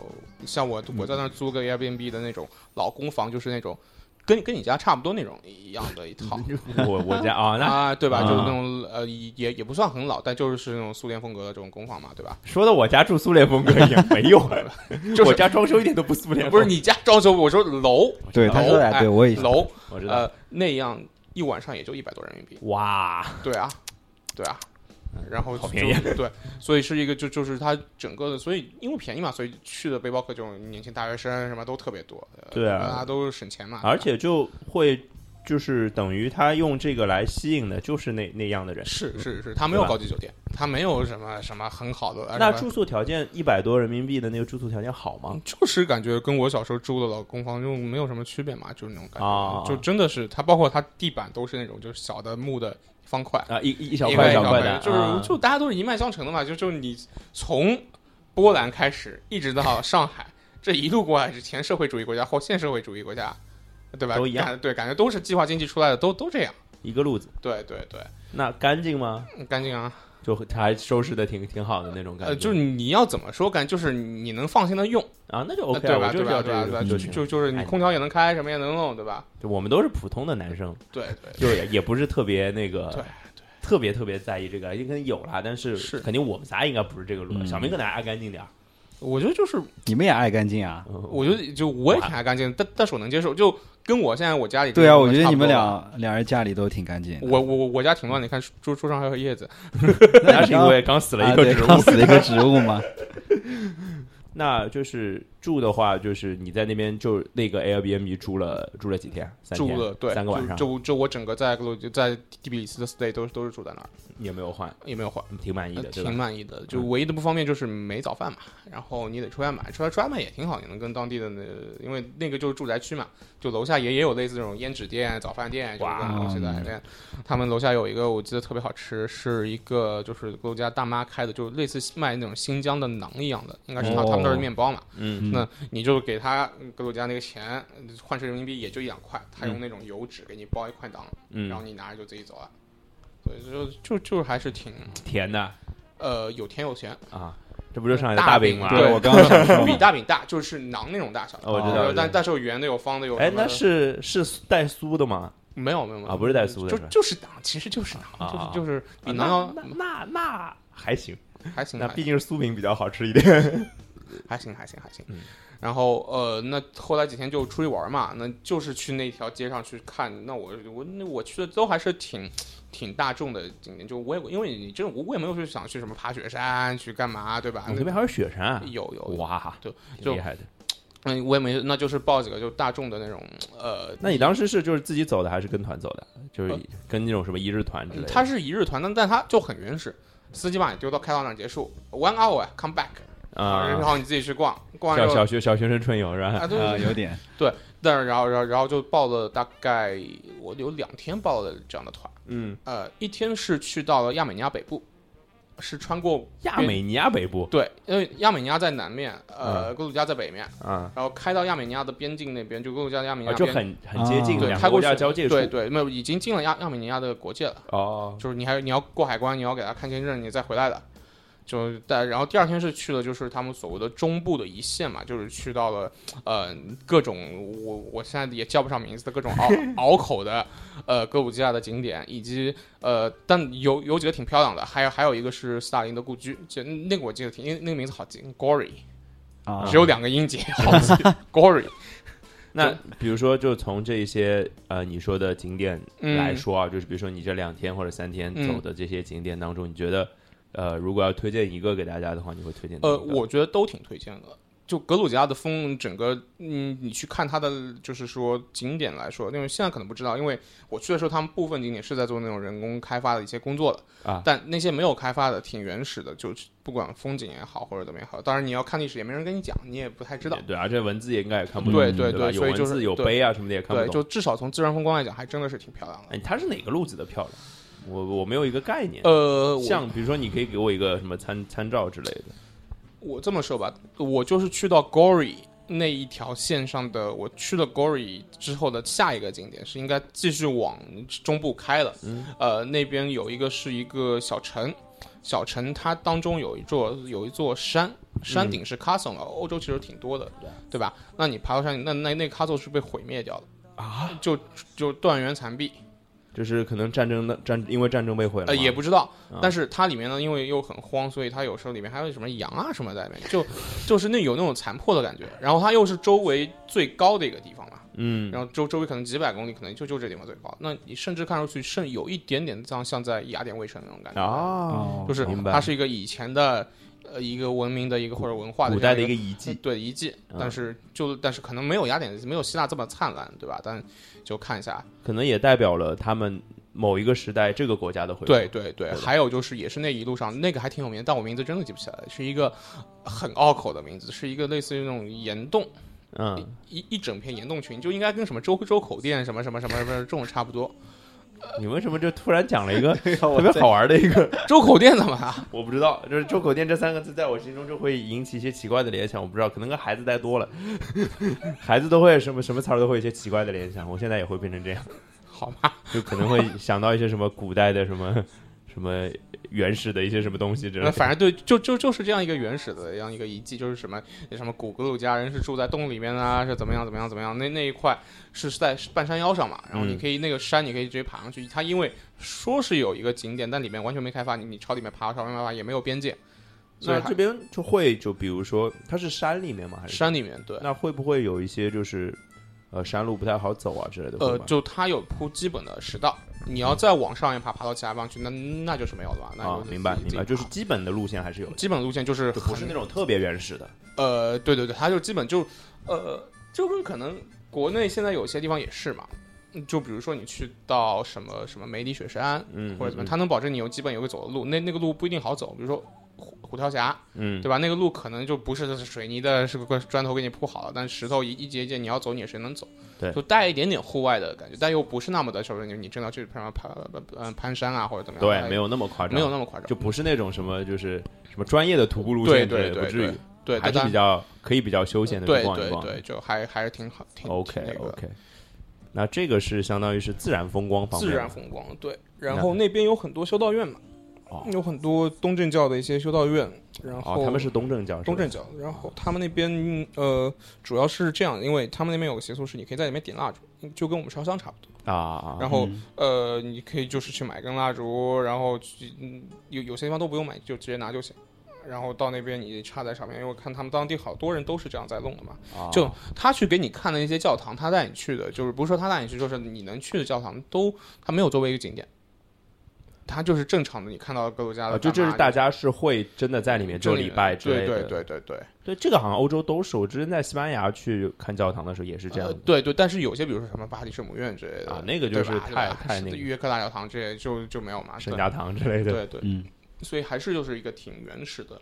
S2: 像我
S1: 嗯
S2: 我在那儿租个 Airbnb 的那种老公房，就是那种跟跟你家差不多那种一样的一套
S1: 我我家啊，那
S2: 啊，对吧？就是
S1: 啊
S2: 那种呃也也不算很老，但就是那种苏联风格的这种公房嘛，对吧？
S1: 说的我家住苏联风格也没有，
S2: [LAUGHS] 就是
S1: 我家装修一点都不苏联风，
S2: 不是你家装修，我说楼
S3: [LAUGHS] 对，
S1: 楼
S3: 他说的，
S2: 哎
S3: 对我也
S2: 楼
S1: 我知道，
S2: 呃那样一晚上也就一百多人民币，
S1: 哇，
S2: 对啊，对啊，然后
S1: 好
S2: 就
S1: 便宜啊
S2: 对，所以是一个就就是它整个的，所以因为便宜嘛，所以去的背包客这种年轻大学生什么都特别多，呃
S1: 对啊
S2: 大家都省钱嘛，
S1: 而且就会就是等于他用这个来吸引的就是那那样的人。
S2: 是是是，它没有
S1: 对嗯吧
S2: 高级酒店，它没有什么什么很好的，呃
S1: 那
S2: 什
S1: 住
S2: 么
S1: 宿条件一百多人民币的那个住宿条件好吗？
S2: 就是感觉跟我小时候住的老公房就没有什么区别嘛，就是那种感觉，
S1: 啊
S2: 就真的是它，包括它地板都是那种就是小的木的方块，
S1: 啊，一一小
S2: 一
S1: 块
S2: 一
S1: 小
S2: 块
S1: 的，
S2: 就是、
S1: 啊
S2: 就大家都是一脉相承的嘛，就就你从波兰开始，一直到上海，这一路过来是前社会主义国家后现社会主义国家，对吧？
S1: 都一样
S2: 感，对，感觉都是计划经济出来的，都都这样。
S1: 一个路子。
S2: 对对对，
S1: 那干净吗？
S2: 干净啊！
S1: 就他还收拾的挺挺好的那种感觉，
S2: 呃，就是你要怎么说，感就是你能放心的用
S1: 啊，那就 OK，
S2: 呃对
S1: 啊
S2: 吧？
S1: 我
S2: 对
S1: 就是
S2: 吧？
S1: 要
S2: 对
S1: 这
S2: 吧？
S1: 个
S2: 对吧？
S1: 就
S2: 就
S1: 行
S2: 就就是你
S1: 哎
S2: 空调也能开，什么也能弄，对吧？
S1: 就我们都是普通的男生，
S2: 对对
S1: 就也也不是特别那个，
S2: 对
S1: 特别特别在意这个，也可能有啦，但是
S2: 是
S1: 肯定我们仨应该不是这个路，
S3: 嗯
S1: 小明可能还爱干净点儿。
S2: 我觉得就是
S3: 你们也爱干净啊？
S1: 嗯
S2: 我觉得就我也挺爱干净的，但但是我能接受，就跟我现在我家里
S3: 对啊，我觉得
S2: 差
S3: 你
S2: 不多
S3: 们
S2: 吧。
S3: 俩俩人家里都挺干净的。
S2: 我我我我家挺乱的，你看桌桌上还有叶子，
S1: 那是因为刚死了一
S3: 啊
S1: 个
S3: 对
S1: 植物。
S3: 刚死了一个植物嘛。
S1: 那就是住的话，就是你在那边就那个 Airbnb 住了住了几天？三天
S2: 住了对
S1: 三个晚上
S2: 就就就我整个在格鲁就在蒂比里斯的 stay 都都是住在那儿，
S1: 也没有换，
S2: 也没有换，
S1: 挺满意
S2: 呃
S1: 的，对吧
S2: 挺？满意的。就
S1: 嗯
S2: 唯一的不方便就是没早饭嘛，然后你得出来买，出来出来买也挺好，你能跟当地的那，因为那个就是住宅区嘛，就楼下也也有类似这种胭脂店、早饭店，就是
S1: 哇哦
S2: 这种东西在海边。他们楼下有一个我记得特别好吃，是一个就是格鲁吉亚大妈开的，就类似卖那种新疆的馕一样的，应该是他
S1: 哦
S2: 他们那儿的面包嘛。
S1: 嗯，
S3: 嗯
S2: 那你就给他嗯格鲁吉亚那个钱换成人民币也就一两块，他用那种油纸给你包一块馕，然后
S1: 嗯，
S2: 你拿着就自己走了。所以就就就还是挺
S1: 甜的
S2: 呃有甜有咸，
S1: 啊，这不就上海的
S2: 大
S1: 饼
S2: 饼
S1: 吗？
S2: 对
S3: 我 [LAUGHS] 刚刚想说
S2: 比大饼大，就是馕那种大小。
S1: 哦哦我
S3: 知道
S2: 然后
S1: 我知道
S2: 但但是有圆的，有方的，有
S1: 哎
S2: 什，么
S1: 那
S2: 的
S1: 是是带酥的吗？
S2: 没有没有没有
S1: 啊不是带酥的
S2: 就是
S1: 吧
S2: 就是馕，其实就是
S1: 啊
S2: 馕，就是就是比
S1: 啊
S2: 馕
S1: 那
S2: 要
S1: 那那那还行，
S2: 还行，
S1: 那
S2: 还
S1: 毕竟是酥饼比较好吃一点。
S2: 还行还行还行
S1: 嗯。
S2: 然后呃，那后来几天就出去玩嘛，那就是去那条街上去看。那我我那我去的都还是挺挺大众的景点，就我也因为你这我我也没有去想去什么爬雪山去干嘛，对吧？
S1: 那边还有雪山啊，
S2: 有有，
S1: 哇，
S2: 就
S1: 挺厉害的。
S2: 嗯，我也没，那就是报几个就大众的那种呃。
S1: 那你当时是就是自己走的，还是跟团走的？就是
S2: 呃
S1: 跟那种什么一日团之类的？
S2: 它是一日团，但但它就很原始，司机把你丢到开到那儿结束，one hour come back，、然
S1: 啊，
S2: 后你自己去逛，逛完
S1: 小
S2: 之
S1: 小
S2: 后
S1: 学小学生春游是吧？
S2: 啊，对对
S3: 啊，
S2: 对
S3: 有点
S2: 但是然后然后然后就报了大概我有两天报了这样的团，
S1: 嗯，
S2: 呃，一天是去到了亚美尼亚北部，是穿过
S1: 亚
S2: 边
S1: 美尼亚北部
S2: 对，因为亚美尼亚在南面，
S1: 嗯
S2: 呃，格鲁吉亚在北面，
S1: 啊，
S2: 然后开到亚美尼亚的边境那边，就格鲁吉亚亚美尼
S1: 啊
S2: 亚
S1: 就
S2: 边，
S1: 很很接近
S3: 啊
S2: 对，
S1: 两
S2: 开
S1: 个国
S2: 过去
S1: 家交界处
S2: 对。对，没有已经进了亚亚美尼亚的国界了，
S1: 哦，
S2: 就是你还你要过海关，你要给他看签证，你再回来的。就但然后第二天是去了，就是他们所谓的中部的一线嘛，就是去到了呃各种我我现在也叫不上名字的各种拗
S1: [LAUGHS]
S2: 拗口的呃格鲁吉亚的景点，以及呃但有有几个挺漂亮的，还有还有一个是斯大林的故居，就那个我记得挺，因为那个名字好记，Gory， [LAUGHS]
S3: 啊，
S2: 只有两个音节，
S1: [LAUGHS]
S2: 好记，Gory。
S1: 那比如说，就从这一些呃你说的景点
S2: 嗯
S1: 来说啊，就是比如说你这两天或者三天
S2: 嗯
S1: 走的这些景点当中，你觉得呃，如果要推荐一个给大家的话，你会推荐哪一
S2: 呃，
S1: 个
S2: 我觉得都挺推荐的。就格鲁吉亚的风，整个嗯，你去看它的，就是说景点来说，因为现在可能不知道，因为我去的时候，他们部分景点是在做那种人工开发的一些工作的
S1: 啊
S2: 但那些没有开发的，挺原始的，就是不管风景也好或者怎么也好，当然你要看历史，也没人跟你讲，你也不太知道。
S1: 对，而且文字也应该也看不懂，
S2: 对
S1: 对
S2: 对
S1: 吧
S2: 对
S1: 有
S2: 所以
S1: 文
S2: 就是
S1: 字有
S2: 对
S1: 碑啊什么的也看
S2: 对，
S1: 不
S2: 就
S1: 懂。
S2: 至少从自然风光来讲，还真的是挺漂亮的。
S1: 哎，它是哪个路子的漂亮？我我没有一个概念。
S2: 呃，我
S1: 像比如说，你可以给我一个什么参参照之类的。
S2: 我这么说吧，我就是去到 Gory 那一条线上的，我去了 Gory 之后的下一个景点是应该继续往中部开了。
S1: 嗯
S2: 呃，那边有一个是一个小城，小城它当中有一座有一座山，山顶是 castle 嘛，欧洲其实挺多的，嗯对啊吧？那你爬到山顶，那那那 castle 是被毁灭掉的。啊，就就断垣残壁，
S1: 就是可能战争的战，因为战争被毁了吗、
S2: 呃，也不知道
S1: 啊，
S2: 但是它里面呢，因为又很荒，所以它有时候里面还有什么羊啊什么在里面，就就是那有那种残破的感觉。然后它又是周围最高的一个地方嘛，
S1: 嗯，
S2: 然后周周围可能几百公里，可能就就这地方最高。那你甚至看上去甚有一点点像像在雅典卫城那种感觉，
S1: 哦，
S2: 就是
S1: 明白
S2: 它是一个以前的呃一个文明的一个或者文化的
S1: 古
S2: 这样
S1: 代的一
S2: 一
S1: 个遗迹。
S2: 对遗迹
S1: 嗯，
S2: 但是就但是可能没有雅典没有希腊这么灿烂，对吧？但就看一下，啊
S1: 可能也代表了他们某一个时代这个国家的回
S2: 对
S1: 归。
S2: 对对，
S1: 的
S2: 还有就是也是那一路上那个还挺有名，但我名字真的记不起来了，是一个很拗口的名字，是一个类似于那种岩洞，
S1: 嗯，
S2: 一一整片岩洞群，就应该跟什么周周口店什么什么什么什么这种差不多。
S1: 你为什么就突然讲了一
S2: [LAUGHS]
S1: 个特
S3: [LAUGHS] 特
S1: 别好玩的一个？
S2: 周口店怎么了？
S1: 我不知道，就是“周口店”这三个字在我心中就会引起一些奇怪的联想。我不知道，可能跟孩子待多了， [LAUGHS] 孩子都会什么什么词儿都会有一些奇怪的联想。我现在也会变成这样，
S2: 好吧，
S1: 就可能会想到一些什么古代的什么什么原始的一些什么东西之类的。
S2: 那反正对，就就就是这样一个原始的这样一个遗迹，就是什么什么古格鲁家人是住在洞里面啊，是怎么样怎么样怎么样？那那一块是在半山腰上嘛，然后你
S1: 嗯
S2: 可以那个山你可以直接爬上去，它因为说是有一个景点，但里面完全没开发，你你朝里面爬，朝外面爬也没有边界，所
S1: 那
S2: 以
S1: 这边就会就比如说，它是山里面吗？还是
S2: 山里面对。
S1: 那会不会有一些就是呃山路不太好走啊之类的？
S2: 呃
S1: 会，吗嗯
S2: 就它有铺基本的食道，你要再往上一爬，爬到其他地方去，那那就是没有的吧？那
S1: 啊
S2: 就，是
S1: 明白
S2: 自己
S1: 明白，就
S2: 自己
S1: 是
S2: 爬
S1: 基本的路线还是有的，
S2: 基本路线就是
S1: 就不是
S2: 很
S1: 那种特别原始的。
S2: 呃，对对对，它就基本就呃，就跟可能国内现在有些地方也是嘛，嗯就比如说你去到什么什么梅里雪山
S1: 嗯，
S2: 或者怎么样，
S1: 他
S2: 它能保证你有基本有个走的路，那那个路不一定好走，比如说。虎虎跳峡，
S1: 嗯，
S2: 对吧？那个路可能就不是水泥的，是个砖头给你铺好了，但石头一一节一节，你要走，你也谁能走？
S1: 对
S2: 就带一点点户外的感觉，但又不是那么的，就是你你真的要去什么攀呃攀山啊或者怎么样？
S1: 对，没
S2: 有
S1: 有那么夸张，
S2: 没有那么夸张，
S1: 就不是那种什么就是什么专业的徒步路线之类
S2: 对对
S1: 的，
S2: 对
S1: 不至于，
S2: 对，
S1: 还是
S2: 但
S1: 比较可以比较休闲的
S2: 对
S1: 去逛一
S2: 对
S1: 逛。
S2: 对，就还还是挺好，挺
S1: OK
S2: 挺那个的
S1: OK，那这个是相当于是自然风光方面
S2: 自
S1: 的，
S2: 然风光，对。然后那边有很多修道院嘛
S1: 哦，
S2: 有很多东正教的一些修道院，然后
S1: 哦，他们是东正教，是吧
S2: 东正教，然后他们那边呃主要是这样，因为他们那边有个习俗是你可以在里面点蜡烛，就跟我们烧香差不多。
S1: 啊啊，
S2: 然
S1: 后
S2: 后呃你可以就是去买根蜡烛，然后去嗯有有些地方都不用买，就直接拿就行。然后到那边你插在上面，因为我看他们当地好多人都是这样在弄的嘛。
S1: 啊
S2: 就他去给你看的那些教堂，他带你去的，就是不是说他带你去，就是你能去的教堂都，他没有作为一个景点，他就是正常的，你看到格鲁吉亚的
S1: 啊，
S2: 玛丽、
S1: 就这是大家是会真的在里面
S2: 这
S1: 做
S2: 里
S1: 礼
S2: 面
S1: 拜之类
S2: 对
S1: 的，
S2: 对对对对，
S1: 对这个好像欧洲都是，我之前在西班牙去看教堂的时候也是这样
S2: 呃
S1: 的。
S2: 对对，但是有些比如说什么巴黎圣母院之类的
S1: 啊那个就是
S2: 对吧
S1: 太
S2: 对吧
S1: 太那个
S2: 约克大教堂这些就就没有嘛，
S1: 圣家堂之类
S2: 对
S1: 的，
S2: 对对，
S3: 嗯，
S2: 所以还是就是一个挺原始的，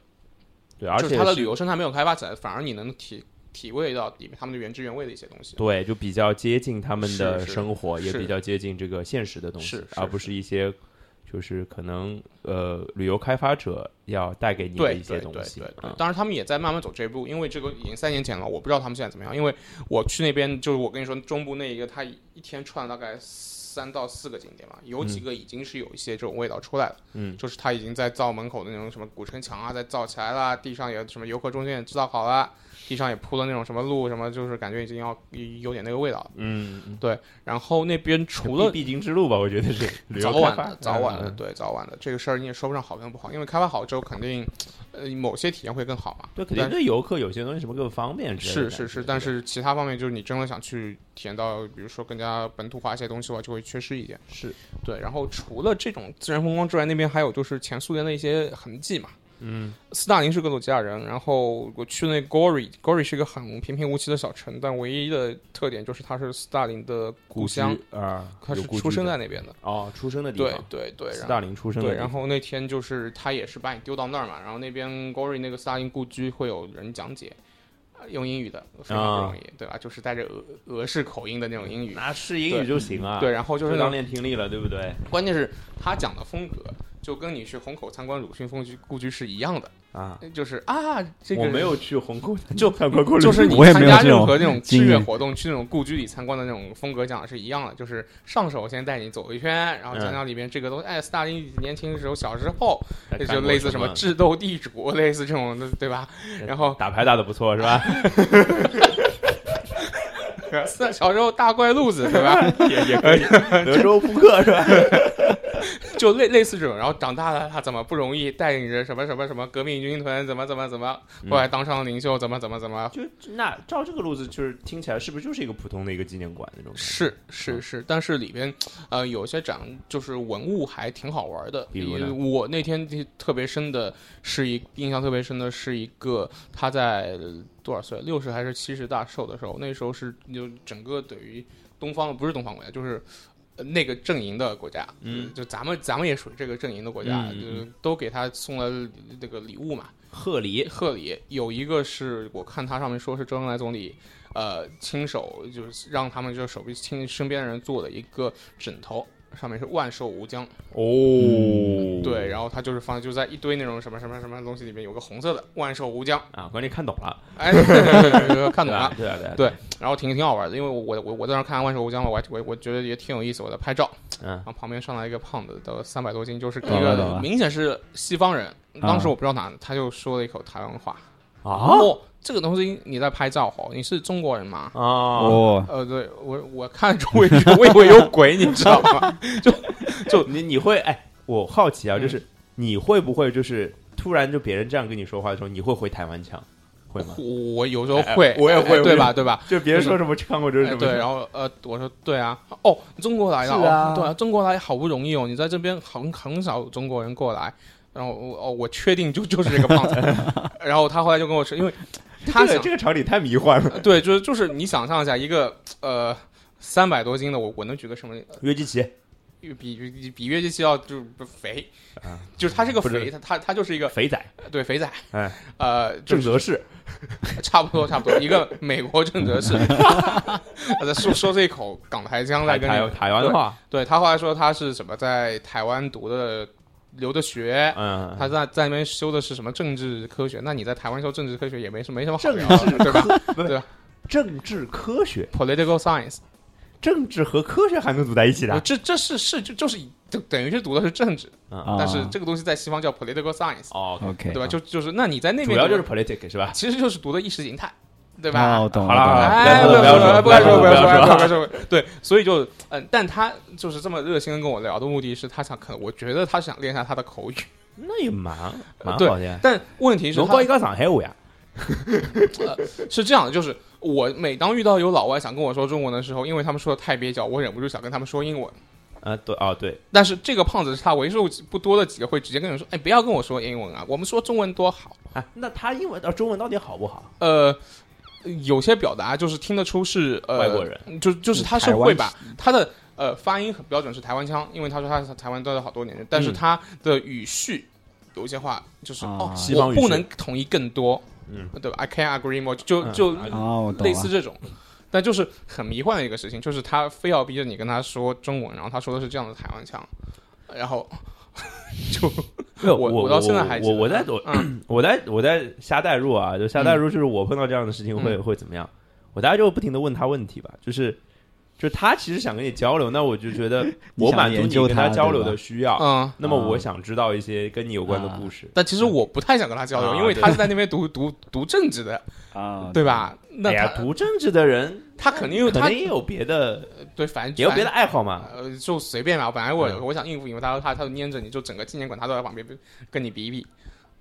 S1: 对，而
S2: 就是
S1: 且
S2: 它的
S1: 是
S2: 旅游生态没有开发起来，反而你能体体味到里面他们的原汁原味的一些东西。
S1: 对，就比较接近他们的
S2: 是是
S1: 生活，也
S2: 是
S1: 比较接近这个现实的东西
S2: 是，是
S1: 而不是一些就是可能呃旅游开发者要带给你的
S2: 对
S1: 一些
S2: 对
S1: 东
S2: 对
S1: 西
S2: 对对
S1: 啊，
S2: 当然他们也在慢慢走这一步，因为这个已经三年前了，我不知道他们现在怎么样。因为我去那边，就是我跟你说中部那一个，他一天串了大概三到四个景点嘛，有几个已经是有一些这种味道出来了。
S1: 嗯
S2: 就是他已经在造门口的那种什么古城墙啊，在造起来啦，地上也什么游客中心也制造好啦，地上也铺了那种什么路，什么就是感觉已经要有点那个味道了。
S1: 嗯，嗯
S2: 然后那边除了
S1: 必必经之路吧，我觉
S2: [LAUGHS]
S1: 得是旅
S2: 早
S1: 游开
S2: 晚
S1: 发
S2: 的，早晚的，
S1: 嗯
S2: 对，早晚的这个事儿你也说不上好跟不好，因为开发好之后肯定，呃，某些体验会更好嘛。
S1: 对，肯定
S2: 但
S1: 对游客有些东西什么更方便之类的感
S2: 是
S1: 觉。
S2: 是是，
S1: 对
S2: 但是其他方面就是你真的想去体验到，比如说更加本土化一些东西的话，就会缺失一点。
S1: 是，
S2: 对。然后除了这种自然风光之外，那边还有就是前苏联的一些痕迹嘛。
S1: 嗯
S2: 斯大林是格鲁吉亚人，然后我去那 Gori，Gori 是一个很平平无奇的小城，但唯一的特点就是它是斯大林的故乡，
S1: 居啊，
S2: 他
S1: 有
S2: 是
S1: 故
S2: 出
S1: 居
S2: 生
S1: 的
S2: 在那边的。
S1: 哦，出生的地
S2: 对
S1: 方，
S2: 对对，
S1: 斯
S2: 然后
S1: 大林出生的
S2: 对，
S1: 地方，
S2: 然后那天就是他也是把你丢到那儿嘛，然后那边 Gory 那个斯大林故居会有人讲解，呃用英语的非常不容易，对吧？就是带着俄俄式口音的那种英语。
S1: 拿适应语就行啊。
S2: 对，，然后就是
S1: 是
S2: 那
S1: 当
S2: 种，
S1: 练听力了，对不对？
S2: 关键是他讲的风格就跟你去虹口参观鲁迅风居故居是一样的，
S1: 啊，
S2: 就是啊，这个
S1: 我没有去虹口，就看过过
S2: 就是你
S3: 我也
S2: 参
S3: 没有
S2: 加
S3: 这
S2: 任
S3: 种
S2: 何那种志
S3: 经
S2: 愿
S3: 历
S2: 活动，去那种故居里参观的那种风格讲的是一样的，就是上手先带你走一圈，然后
S1: 嗯
S2: 讲讲里面这个东西，哎，斯大林年轻的时候小时候，
S1: 那
S2: 那就类似什么智斗地主，类似这种的，对 [LAUGHS] 吧？然后
S1: 打牌打的不错是
S2: [LAUGHS]
S1: 吧？
S2: 四小时候大怪路子，对吧？
S1: 也也可以，德州扑克是吧？ [LAUGHS]
S2: 就类类似这种。然后长大了，他怎么不容易，带领着什么什么什么革命军团，怎么怎么怎么，后来当上了领袖，怎么怎么怎么。
S1: 就那照这个路子，就是听起来是不是就是一个普通的一个纪念馆那种？嗯
S2: 是是是，但是里边，呃，有些展就是文物还挺好玩的。
S1: 比如呢
S2: 因为我那天记特别深的是一印象特别深的是一个他在多少岁，六十还是七十大寿的时候，那时候是就整个对于东方不是东方国家，就是呃那个阵营的国家，
S1: 嗯
S2: 就咱们咱们也属于这个阵营的国家，
S1: 嗯嗯
S2: 就都给他送了那个礼物嘛，
S1: 贺礼，
S2: 贺礼有一个是我看他上面说是周恩来总理，呃，亲手就是让他们就是手臂亲身边的人做的一个枕头，上面是万寿无疆，
S1: 哦
S2: 嗯对，然后他就是放就在一堆那种什么什么什么东西里面有个红色的万寿无疆，
S1: 啊，关键看懂了，
S2: 哎， [LAUGHS] 对对对对看懂
S1: 对吧
S2: 了，
S1: 对啊对啊
S2: 对，然后挺挺好玩的，因为我我我我在那儿看万寿无疆嘛，我还我我觉得也挺有意思，我在拍照，
S1: 嗯
S2: 然，后旁边上来一个胖子，都三百多斤，就是一
S3: 懂了懂
S2: 个
S3: 了
S2: 明显是西方人，
S3: 啊
S2: 当时我不知道哪，他就说了一口台湾话。
S1: 啊
S2: 哦，这个东西你在拍照哦，你是中国人吗？
S1: 啊，
S3: 哦，
S2: 呃，对我我看周围我以为有鬼，你知道
S1: [LAUGHS]
S2: 吗？
S1: 就你你会哎，我好奇啊，
S2: 嗯
S1: 就是你会不会就是突然就别人这样跟你说话的时候，你会回台湾腔，会吗？
S2: 我我有时候会
S1: 哎，我也会我
S2: 哎
S1: 也
S2: 对吧？对吧？
S1: 就别人说什么看过这是
S2: 哎
S1: 什么
S2: 对，
S1: 腔？
S2: 然后呃，我说对啊，哦，你中国来的，
S1: 是啊
S2: 哦对啊，中国来好不容易哦，你在这边很很少有中国人过来，然后我哦，我确定就 [LAUGHS] 就是这个
S1: [LAUGHS]
S2: 胖子，然后他后来就跟我说，因为他
S1: 这
S2: 想
S1: 个这个场景太迷幻了。
S2: 对，就是就是你想象一下一个呃三百多斤的我，我能举个什么
S1: 约基奇
S2: 比比比约基奇要就是肥
S1: 啊，
S2: 就是他是个
S1: 不是
S2: 肥，他他他就是一个
S1: 肥仔
S2: 对肥仔，
S1: 哎，
S2: 呃，就
S1: 郑则仕，
S2: 差不多差不多，一个美国正
S1: [LAUGHS]
S2: 则士，他在说说这一口港台腔在
S1: 台
S2: 跟
S1: 台
S2: 你，
S1: 台湾话，
S2: 对他后来说他是什么在台湾读的留的学。
S1: 嗯，
S2: 他在在那边修的是什么政治科学？那你在台湾修政治科学也没什没什么好
S1: 政
S2: 聊的，对吧
S1: 不是
S2: 对吧啊
S1: 政治科学，
S2: ？Political science，
S1: 政治和科学还能组在一起的
S2: 这这是是就就是就等于是读的是政治，
S1: 啊
S3: 啊
S2: 但是这个东西在西方叫 political science，
S1: 哦
S3: OK，
S2: 对吧？就就是那你在那边
S1: 主要
S2: 读
S1: 就是 politic 是吧？
S2: 其实就是读的意识形态，对
S3: 啊，
S2: 吧？
S3: 我懂
S1: 好了
S3: 了，懂
S1: 好了
S3: 了
S2: 哎，
S1: 哦不
S2: 不
S1: 要
S2: 要
S1: 说
S2: 说，
S1: 不
S2: 不
S1: 要
S2: 该
S1: 说
S2: 说，
S1: 不
S2: 不
S1: 要
S2: 要
S1: 说
S2: 说，
S1: 不要说
S2: 不要说。对，所以就嗯，但他就是这么热心的跟我聊的目的是他想，可能我觉得他想练一下他
S1: [LAUGHS]
S2: 的口语，
S1: 那也蛮蛮
S2: 对
S1: 好的呀。
S2: 但问题是
S1: 侬
S2: 他
S1: 高一个上海话呀，
S2: 是这样的，就是我每当遇到有老外想跟我说中文的时候，因为他们说的太蹩脚，我忍不住想跟他们说英文。
S1: 啊对哦对，
S2: 但是这个胖子是他为数不多的几个会直接跟人说，哎，不要跟我说英文啊，我们说中文多好。
S1: 啊那他英文到中文到底好不好？
S2: 呃，有些表达就是听得出是呃
S1: 外国人，
S2: 就就是他是
S3: 台湾
S2: 会把他的呃发音很标准是台湾腔，因为他说他是台湾待了好多年，但是
S1: 嗯
S2: 他的语序有一些话就是、
S3: 啊
S2: 哦，
S1: 西方
S2: 我
S1: 语
S2: 不
S1: 序
S2: 能同意更多，
S1: 嗯，
S2: 对吧？I can't agree more，就
S1: 嗯
S2: 就
S1: 啊
S3: 啊，我懂了，
S2: 类似这种。但就是很迷幻的一个事情，就是他非要逼着你跟他说中文，然后他说的是这样的台湾腔，然后
S1: 没有
S2: 我
S1: 我
S2: 我到现在还记
S1: 我
S2: 得嗯
S1: 我在我 [CLEARS THROAT] 我在我在瞎代入啊，就瞎代入，就是我碰到这样的事情会、
S2: 嗯
S1: 会怎么样？我大概就不停的问他问题吧，就是就是他其实想跟你交流，那我就
S2: [LAUGHS]
S1: 觉得
S3: 你
S1: 我
S3: 想
S1: 满足
S3: 研
S1: 你
S3: 究
S1: 跟他
S3: 他
S1: 交
S3: 对
S1: 流
S3: 吧
S1: 的需要，
S2: 嗯，啊
S1: 那么我
S3: 啊
S1: 想知道一些跟你有关的故事。
S2: 但其实我不太想跟他交流，
S1: 啊
S2: 因为他是在那边读读读政治的，
S3: 啊，
S2: 对吧？那
S1: 哎呀，
S2: 他
S1: 读政治的人
S2: 他肯定有
S1: 可
S2: 他
S1: 能也有别的，
S2: 对，反正
S1: 也有别的
S2: 反
S1: 爱好嘛。
S2: 呃，就随便吧。本来我
S1: 嗯
S2: 我想应付应付他，他他就粘着你，就整个纪念馆他都在旁边跟你比一比。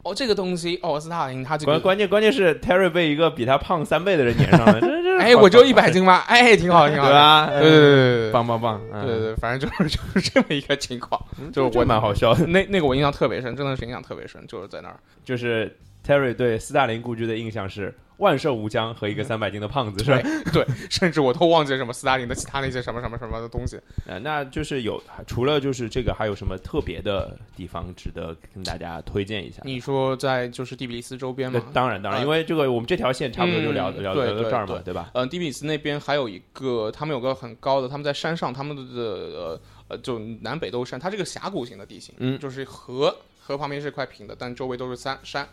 S2: 哦，这个东西，哦，斯大林他这
S1: 关
S2: 个，
S1: 关键关键是 Terry 被一个比他胖三倍的人撵上了，这这
S2: 哎，我就一百斤吧，哎，挺好，
S1: [LAUGHS]
S2: 挺
S1: 对
S2: 好的，
S1: 吧？
S2: 对对对对对对
S1: 棒棒棒，
S2: 对
S1: 嗯
S2: 对，对，反正就是 [LAUGHS] 就是这么一个情况。
S1: 嗯
S2: 就是
S1: 这
S2: 我
S1: 蛮好笑的，
S2: [LAUGHS] 那那个我印象特别深，真的是印象特别深，就是在那儿，
S1: [LAUGHS] 就是 Terry 对斯大林故居的印象是万寿无疆和一个三百斤的胖子，是吧？
S2: 嗯对，甚至我都忘记了什么斯大林的其他那些什么什么什么的东西。
S1: [LAUGHS] 呃，那就是有除了就是这个，还有什么特别的地方值得跟大家推荐一下？
S2: 你说在就是第比利斯周边
S1: 那
S2: 吗？
S1: 当然当然，
S2: 呃
S1: 因为这个我们这条线差不多就聊
S2: 嗯
S1: 聊
S2: 对
S1: 聊到
S2: 对
S1: 这儿嘛
S2: 对，
S1: 对吧？
S2: 嗯，迪比斯那边还有一个，他们有个很高的，他们在山上，他们的呃呃，就南北都是山，它是个峡谷型的地形，
S1: 嗯
S2: 就是河河旁边是一块平的，但周围都是山山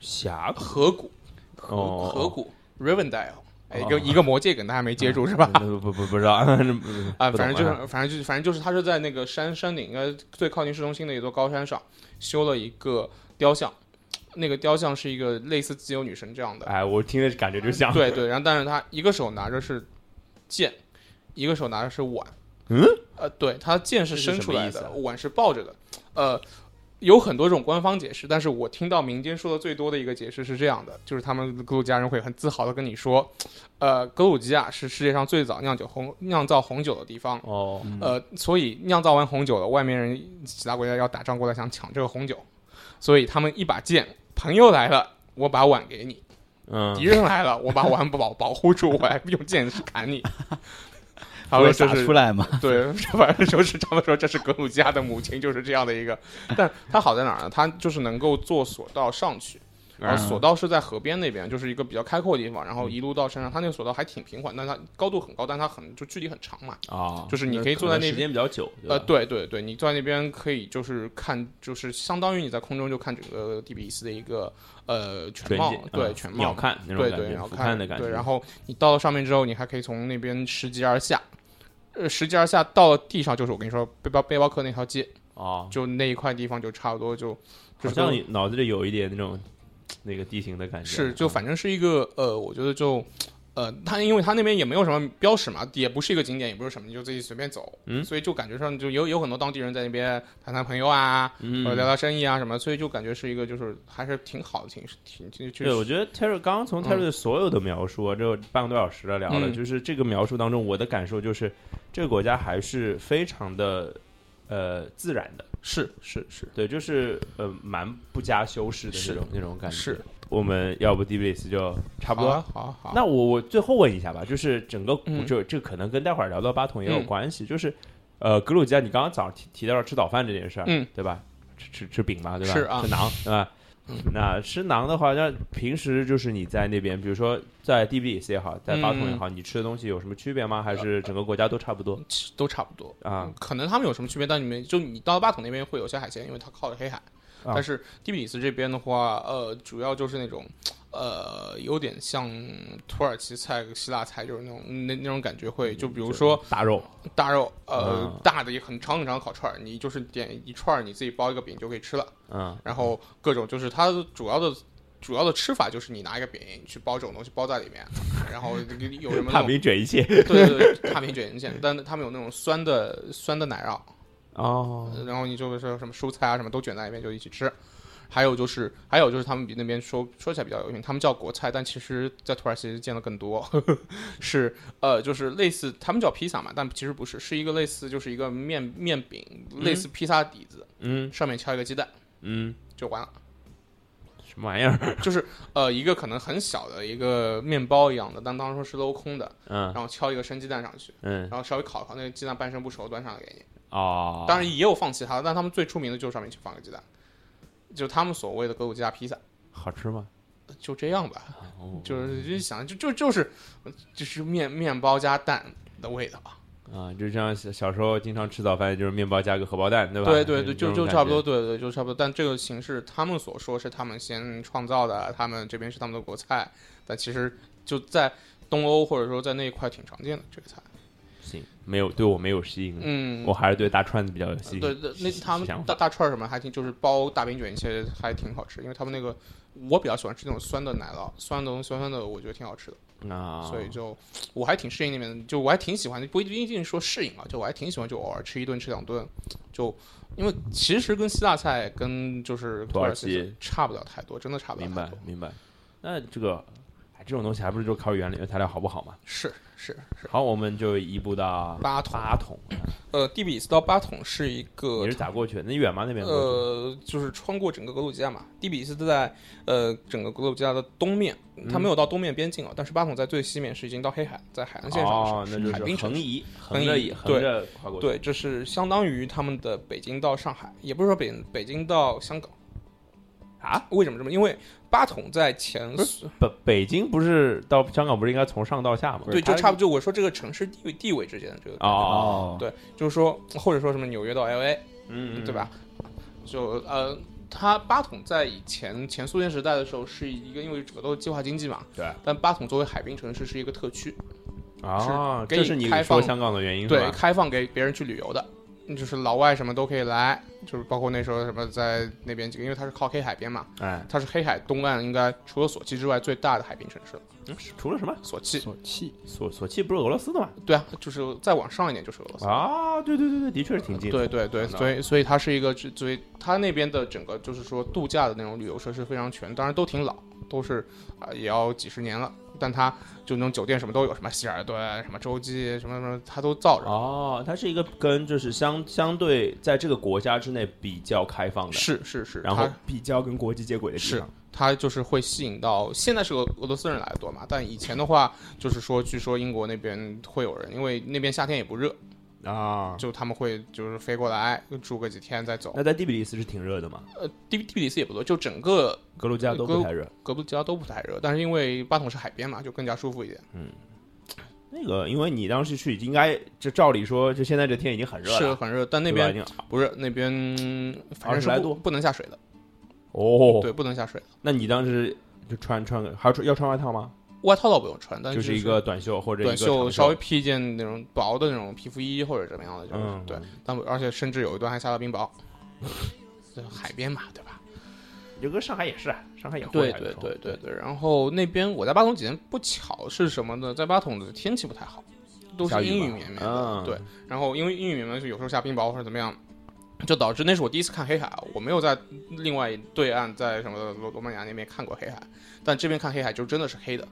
S1: 峡谷
S2: 河谷河、
S1: 哦嗯
S2: 河谷 Rivendell，哎、一个、一个魔界梗，大家没接住、是吧？
S1: [LAUGHS] 不不不不知道
S2: 啊，
S1: 啊
S2: 反正就是，反正就是，反正就是，他是在那个山山顶，应该最靠近市中心的一座高山上修了一个雕像，那个雕像是一个类似自由女神这样的，
S1: 哎，我听着感觉就像
S2: [LAUGHS] 对对，然后但是他一个手拿着是剑，一个手拿着是碗。
S1: 嗯，
S2: 呃，对，他剑是
S1: 这是
S2: 伸
S1: 什
S2: 出
S1: 么
S2: 来
S1: 意思
S2: 的
S1: 啊，
S2: 碗是抱着的。呃，有很多种官方解释，但是我听到民间说的最多的一个解释是这样的，就是他们格鲁吉亚人会很自豪的跟你说，呃，格鲁吉亚是世界上最早酿酒红酿造红酒的地方。
S1: 哦，
S2: 呃，所以酿造完红酒了，外面人其他国家要打仗过来想抢这个红酒，所以他们一把剑，朋友来了，我把碗给你。
S1: 嗯
S2: 敌，人来了，我把碗保保护住，我还用剑
S1: [LAUGHS]
S2: 砍你。他说
S3: 不会
S2: 就
S3: 洒
S2: 是
S3: 出来嘛？
S2: 对，反正就是他们说这是格鲁吉亚的母亲，就是这样的一个。但它好在哪儿呢？它就是能够坐索道上去，然
S1: 啊
S2: 后索道是在河边那边，就是一个比较开阔的地方，
S1: 嗯
S2: 然后一路到山上。它那个索道还挺平缓，但它高度很高，但它很就距离很长嘛，
S1: 啊，
S2: 就是你可以坐在那
S1: 时
S2: 边。
S1: 间比较久，
S2: 呃，
S1: 吧，
S2: 对对对，你坐在那边可以就是看，就是相当于你在空中就看整个第比利斯的一个呃全
S1: 全
S2: 貌
S1: 景，
S2: 对
S1: 嗯
S2: 全
S1: 鸟
S2: 貌，
S1: 瞰那种
S2: 对
S1: 感
S2: 对，
S1: 觉
S2: 然，后
S1: 俯瞰的感觉，
S2: 对，然后你到了上面之后，你还可以从那边拾级而下，呃，拾级而下到了地上，就是我跟你说背包背包客那条街，
S1: 哦，
S2: 就那一块地方就差不多就
S1: 好
S2: 就是
S1: 像
S2: 都
S1: 脑子里有一点那种那个地形的感觉，嗯
S2: 是就反正是一个呃，我觉得就。呃，它因为它那边也没有什么标识嘛，也不是一个景点，也不是什么，你就自己随便走，
S1: 嗯
S2: 所以就感觉上就有有很多当地人在那边谈谈朋友啊，
S1: 嗯
S2: 或者聊聊生意啊什么，所以就感觉是一个就是还是挺好的，挺挺挺
S1: 对，
S2: 就
S1: 我
S2: 是
S1: 觉得 Terry 刚刚从 Terry 的所有的描述啊，这半个多小时了聊了，
S2: 嗯
S1: 就是这个描述当中，我的感受就是这个国家还是非常的呃自然的，
S2: 是是是
S1: 对，就是呃蛮不加修饰的那
S2: 是
S1: 种那种感觉。
S2: 是，
S1: 我们要不 d b s 就差不
S2: 好
S1: 多。
S2: 啊好啊好啊，
S1: 那我我最后问一下吧，就是整个
S2: 嗯
S1: 就这可能跟待会儿聊到巴统也有
S2: 嗯
S1: 关系，就是呃格鲁吉亚，你刚刚早上提提到了吃早饭这件事儿，
S2: 嗯，
S1: 对吧？吃吃吃饼嘛，对吧？
S2: 是啊嗯
S1: 吃馕，对吧？那吃馕的话，那平时就是你在那边，比如说在 d b s 也好，在巴
S2: 嗯
S1: 统也好，你吃的东西有什么区别吗？还是整个国家都差不多
S2: 其实都差不多，
S1: 啊？
S2: 可能他们有什么区别，但你们就你到巴统那边会有些海鲜，因为它靠着黑海。
S1: 啊
S2: 但是蒂比里斯这边的话，呃，主要就是那种，呃，有点像土耳其菜、希腊菜，就是那种那那种感觉会，
S1: 嗯
S2: 就比如说
S1: 大肉，
S2: 大肉，呃，
S1: 嗯
S2: 大的也很长很长的烤串儿，你就是点一串儿，你自己包一个饼就可以吃了。
S1: 嗯，
S2: 然后各种就是它主要的主要的吃法就是你拿一个饼去包这种东西包在里面，然后有什么那
S1: 怕
S2: 种
S1: 饼卷一
S2: [LAUGHS]
S1: 切
S2: 对对对，踏平卷人线，但他们有那种酸的酸的奶酪，
S1: 哦，
S2: 然后你就是说什么蔬菜啊什么都卷在里面就一起吃。还有就是，还有就是他们比那边说说起来比较有名，他们叫国菜，但其实在土耳其见的更多， [LAUGHS] 是呃，就是类似他们叫披萨嘛，但其实不是，是一个类似就是一个面面饼，类似披萨底子，
S1: 嗯
S2: 上面敲一个鸡蛋
S1: 嗯，
S2: 就完了， [COUGHS]
S1: 什么玩意儿？
S2: 就是呃一个可能很小的一个面包一样的，但当时是镂空的，
S1: 嗯
S2: 然后敲一个生鸡蛋上去，
S1: 嗯
S2: 然后稍微烤一烤，那个鸡蛋半生不熟端上来给你。
S1: 哦，
S2: 当然也有放其他的，但他们最出名的就是上面去放个鸡蛋，就他们所谓的格鲁吉亚披萨，
S1: 好吃吗？
S2: 就这样吧，
S1: 哦
S2: [LAUGHS] 就是就想就就就是就是面面包加蛋的味道，
S1: 啊，就像小小时候经常吃早饭，就是面包加个荷包蛋，对吧？
S2: 对对对，
S1: 这
S2: 就
S1: 种
S2: 就
S1: 感
S2: 差不
S1: 觉
S2: 多，。对对，就差不多。但这个形式，他们所说是他们先创造的，他们这边是他们的国菜，但其实就在东欧或者说在那一块挺常见的这个菜。
S1: 行，没有对我没有吸引力，
S2: 嗯，
S1: 我还是对大串子比较有吸引
S2: 对
S1: 力。
S2: 对，那他们
S1: 嗯想法
S2: 大大串儿什么还挺，就是包大饼卷一些还挺好吃，因为他们那个我比较喜欢吃那种酸的奶酪，酸的东西酸酸的，我觉得挺好吃的，
S1: 啊，
S2: 所以就我还挺适应那边，就我还挺喜欢，不一定说适应啊，就我还挺喜欢，就偶尔吃一顿吃两顿，就因为其实跟希腊菜跟就是
S1: 土
S2: 土
S1: 耳
S2: 耳
S1: 其
S2: 菜差不了太多，真的差不了
S1: 明
S2: 太
S1: 白
S2: 多，
S1: 明白。那这个，哎，这种东西还不是就靠原原材料好不好嘛？
S2: 是是是。
S1: 好，我们就移步到
S2: 八桶，
S1: 八桶，
S2: 呃，第比斯到八桶是一个
S1: 你是咋过去的？那远吗？那边过去？
S2: 呃，就是穿过整个格鲁吉亚嘛。第比斯在呃整个格鲁吉亚的东面，
S1: 嗯
S2: 它没有到东面边境啊，但是巴统在最西面是已经到黑海，在海岸线上的
S1: 哦，
S2: 城
S1: 那
S2: 市
S1: 就是
S2: 海滨城
S1: 横
S2: 市。
S1: 移，
S2: 横
S1: 横着
S2: 移
S1: 移，横
S2: 对
S1: 着跨过去。
S2: 对，这是相当于他们的北京到上海，也不是说北北京到香港
S1: 啊，
S2: 为什么这么？因为巴统在前
S1: 不北北京不是到香港不是应该从上到下吗？
S2: 对，就差不多。就我说这个城市地位地位之间的这个，
S1: 哦，
S3: 哦，
S2: 对，就是说或者说什么纽约到 L A，
S1: 嗯，嗯
S2: 对？吧？就呃，它巴统在以前前苏联时代的时候是一个因为整个都是计划经济嘛，
S1: 对
S2: 但巴统作为海滨城市是一个特区，
S1: 啊，
S2: 给
S1: 这
S2: 你
S1: 是你
S2: 开
S1: 说
S2: 放
S1: 香港的原因是
S2: 对，
S1: 吧？哎
S2: 开放给别人去旅游的，就是老外什么都可以来，就是包括那时候什么在那边几个，因为它是靠黑海边嘛，
S1: 哎，
S2: 它是黑海东岸应该除了索契之外最大的海滨城市了。
S1: 嗯除了什么
S2: 索契，
S3: 所气
S1: 索索契不是俄罗斯的吗？
S2: 对啊，就是再往上一点就是俄罗斯。
S1: 啊，对对对对，的确是挺近的。
S2: 对对对，
S1: 看到
S2: 所以所以它是一个，所以它那边的整个就是说度假的那种旅游设施非常全，当然都挺老，都是啊、呃也要几十年了，但它就那种酒店什么都有，什么希尔顿、什么洲际、什么什么，它都造着。
S1: 哦，它是一个跟就是相相对在这个国家之内比较开放的，
S2: 是是是，
S1: 然后
S2: 它
S1: 比较跟国际接轨的地
S2: 是
S1: 方。
S2: 它就是会吸引到现在是俄俄罗斯人来的多嘛，但以前的话就是说，据说英国那边会有人，因为那边夏天也不热，
S1: 啊。
S2: 就他们会就是飞过来住个几天再走。
S1: 那在第比利斯是挺热的嘛？
S2: 呃，第第比利斯也不多，就整个
S1: 格鲁吉亚都不太热。
S2: 格布吉拉都不太热，但是因为巴统是海边嘛，就更加舒服一点。
S1: 那个，因为你当时去应该，就照理说，就现在这天已经很热了，
S2: 是很热，但那
S1: 对吧已
S2: 边
S1: 经
S2: 不是那边，嗯反正
S1: 20
S2: 是
S1: 来
S2: 不
S1: 度
S2: 不能下水的，
S1: 哦。
S2: 对，不能下水的。
S1: 那你当时就穿穿个，还要穿要穿外套吗？
S2: 外套倒不用穿，但
S1: 就是一个短袖或者一个
S2: 短袖，
S1: 长
S2: 稍微披一件那种薄的那种皮肤衣或者怎么样的，就是、
S1: 嗯
S2: 对。但而且甚至有一段还下到冰雹， [LAUGHS] 对海边嘛，对吧？
S1: 就跟上海也是，啊，上海也会
S2: 对
S1: 啊
S2: 对
S1: 有时候
S2: 对对对。然后那边我在巴统几天不巧是什么呢？在巴统的天气不太好，都
S1: 下
S2: 是
S1: 雨
S2: 阴雨
S1: 吧
S2: 绵绵的，
S1: 嗯
S2: 对。然后因为阴雨绵绵，就有时候下冰雹或者怎么样，就导致那是我第一次看黑海，我没有在另外一对岸，在什么罗罗马尼亚那边看过黑海，但这边看黑海就真的是黑的，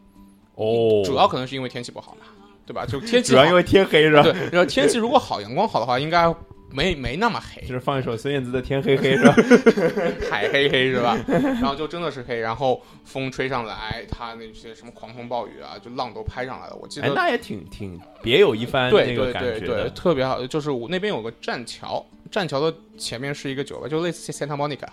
S1: 哦，
S2: 主要可能是因为天气不好嘛，对吧？就天气
S1: 主要
S2: 好
S1: 因为天黑是吧？
S2: 对，然后天气如果好，阳光好的话，应该没没那么黑
S1: 就，是放一首孙燕姿的《天
S2: [LAUGHS]
S1: 黑黑》是吧？
S2: 海黑黑是吧？然后就真的是黑，然后风吹上来，它那些什么狂风暴雨啊，就浪都拍上来了，我记
S1: 哎，
S2: 得。
S1: 那也挺挺别有一番
S2: 对
S1: 那
S2: 对
S1: 个感
S2: 对
S1: 觉
S2: 对，
S1: 的。
S2: 特别好，就是我那边有个栈桥，栈桥的前面是一个酒吧，就类似 Santa Monica，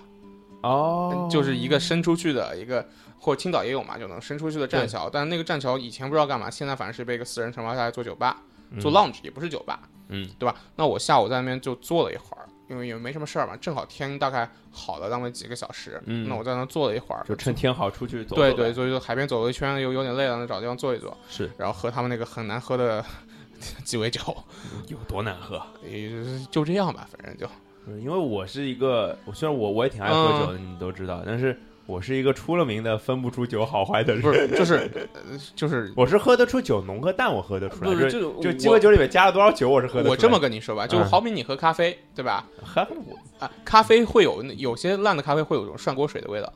S1: 哦，
S2: 就是一个伸出去的一个，或者青岛也有嘛，就能伸出去的栈桥。但那个栈桥以前不知道干嘛，现在反正是被一个私人承包下来做酒吧，做 lounge 也不是酒吧，
S1: 嗯，
S2: 对吧？那我下午在那边就坐了一会儿，因为也没什么事儿嘛，正好天大概好了那么几个小时，
S1: 嗯
S2: 那我在那坐了一会儿，
S1: 就趁天好出去走走
S2: 对
S1: 呗。
S2: 对，所以就海边走了一圈，有有点累了，那找地方坐一坐，
S1: 是
S2: 然后喝他们那个很难喝的 [LAUGHS] 鸡尾酒，
S1: 有多难喝？
S2: 也就是就这样吧，反正就
S1: 因为我是一个，我虽然我我也挺爱喝酒的，你们都知道，但是我是一个出了名的分不出酒好坏的人。
S2: 不是就是呃就是
S1: 我是喝得出酒浓和淡，我喝得出来。
S2: 不是
S1: 就
S2: 就
S1: 就
S2: 我
S1: 鸡尾酒里面加了多少酒，我是喝得出来。
S2: 我这么跟你说吧，就
S1: 嗯
S2: 好比你喝咖啡，对吧？
S1: 喝，我
S2: 啊，咖啡会有那有些烂的咖啡会有种涮锅水的味道，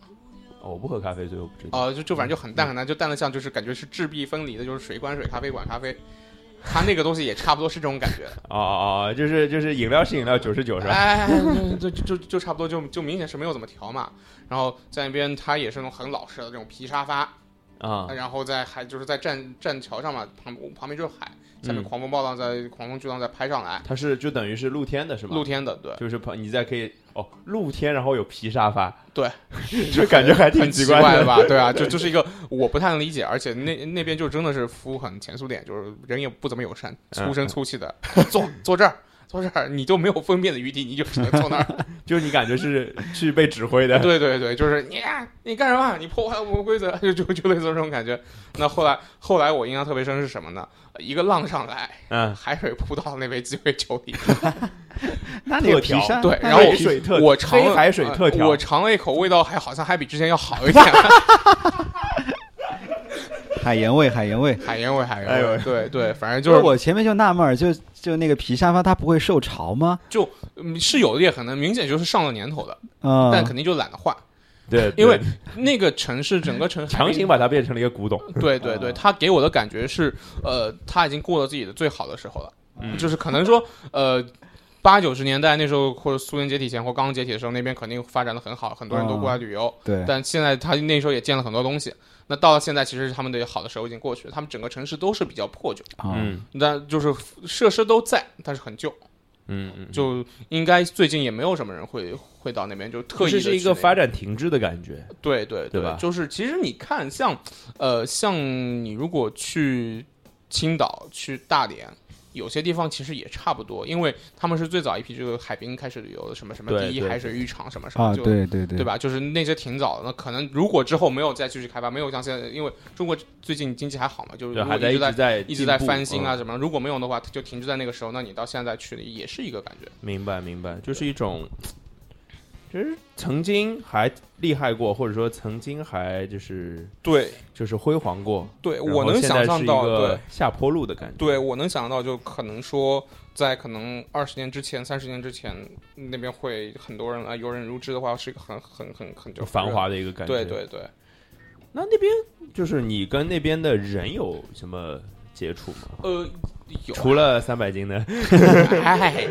S1: 哦我不喝咖啡，所以我不知道。
S2: 啊，就就反正就很淡很淡，就淡的像就是感觉是质壁分离的，就是水管水，咖啡管咖啡，它那个东西也差不多是这种感
S1: [LAUGHS]
S2: 觉，
S1: 哦哦哦，就是就是饮料是饮料，酒是酒是吧？
S2: 哎，就就就就差不多就就明显是没有怎么调嘛。然后在那边它也是那种很老式的这种皮沙发，
S1: 啊，
S2: 然后在海就是在栈栈桥上嘛，旁旁边就是海，下面
S1: 嗯
S2: 狂风暴浪在狂风巨浪在拍上来，
S1: 它是就等于是露天的是吗？
S2: 露天的，对
S1: 就是朋你在可以哦，露天然后有皮沙发，
S2: 对，
S1: [LAUGHS] 就感觉还挺
S2: 很奇
S1: 怪 [LAUGHS]
S2: 的吧？对啊，就就是一个我不太能理解，而且那那边就真的是服务很前苏联，就是人也不怎么友善，
S1: 嗯
S2: 粗声粗气的， [LAUGHS] 坐坐这儿。坐这儿，你就没有分辨的余地，你就只能坐
S1: [LAUGHS]
S2: 那儿。
S1: 就是你感觉是去被指挥的，
S2: 对对对，就是你啊，你干什么？你破坏我们规则，就就就类似这种感觉。那后来后来我印象特别深是什么呢？一个浪上来，
S1: 嗯，
S2: 海水扑到那杯鸡尾酒里，
S3: 那
S1: 特调
S2: 对然后
S3: 那个
S1: 海
S3: 皮
S1: 水特
S2: [LAUGHS] 我尝
S1: 黑
S2: 了
S1: 海水特
S2: 呃
S1: 调
S2: 我，尝了一口，味道还好像还比之前要好
S1: [LAUGHS]
S2: 一点，
S3: 海盐味，海盐味。
S2: 海盐味，海
S1: 哎
S2: 盐
S1: 呦
S2: 味，对对，反正
S3: 就
S2: 就是
S3: 是我前面就纳闷儿，就就那个皮沙发它不会受潮吗？
S2: 嗯是有的也很能明显就是上了年头的，
S3: 嗯，
S2: 但肯定就懒得换。
S1: 对，
S2: [LAUGHS] 因为
S1: 对
S2: 那个城市整个城
S1: 强行嗯
S2: 吧，
S1: 把它变成了一个古董，
S2: 对对对，他给我的感觉是，呃，他已经过了自己的最好的时候了，
S1: 嗯
S2: 就是可能说，呃。八九十年代那时候，或者苏联解体前或刚解体的时候，那边肯定发展的很好，很多人都过来旅游。
S3: 嗯对，
S2: 但现在他那时候也建了很多东西。那到了现在，其实他们的好的时候已经过去了，他们整个城市都是比较破旧。
S3: 嗯，
S1: 嗯
S2: 但就是设施都在，但是很旧，
S1: 嗯嗯，
S2: 就应该最近也没有什么人会会到那边，就特意
S1: 这
S2: 的
S1: 是一个发
S2: 展，
S1: 展停滞的感觉，
S2: 对对
S1: 对吧
S2: 就是其实你看像，呃，像你如果去青岛、去大连。有些地方其实也差不多，因为他们是最早一批这个海滨开始旅游的，什么什么
S1: 对
S2: 第一
S1: 对
S2: 海水浴场什么什么，
S3: 啊，
S2: 就
S3: 对对对，
S2: 对？吧？就是那些挺早的，那可能如果之后没有再继续开发，没有像现在，因为中国最近经济还好嘛，就是
S1: 对，
S2: 如
S1: 还
S2: 果
S1: 在
S2: 一直在
S1: 在哦
S2: 一
S1: 一
S2: 直在翻新
S1: 嗯
S2: 啊，什么。如果没有的话，它就停滞在那个时候。那你到现在去了，也是一个感觉。
S1: 明白明白，就是一种，就是曾经还厉害过，或者说曾经还就是
S2: 对，
S1: 就是辉煌过，
S2: 对
S1: 然后
S2: 我能
S1: 现在
S2: 想
S1: 是
S2: 象
S1: 一
S2: 到，
S1: 个
S2: 对，
S1: 下坡路的感觉，
S2: 对我能想到，就可能说，在可能二十年之前、三十年之前，那边会很多人来游人如织的话，是一个很很很很就
S1: 就繁。华的一个感觉，
S2: 对对对，
S1: 那那边就是你跟那边的人有什么接触吗？
S2: 呃，有
S1: 除了三百斤的，
S2: [LAUGHS] 哎，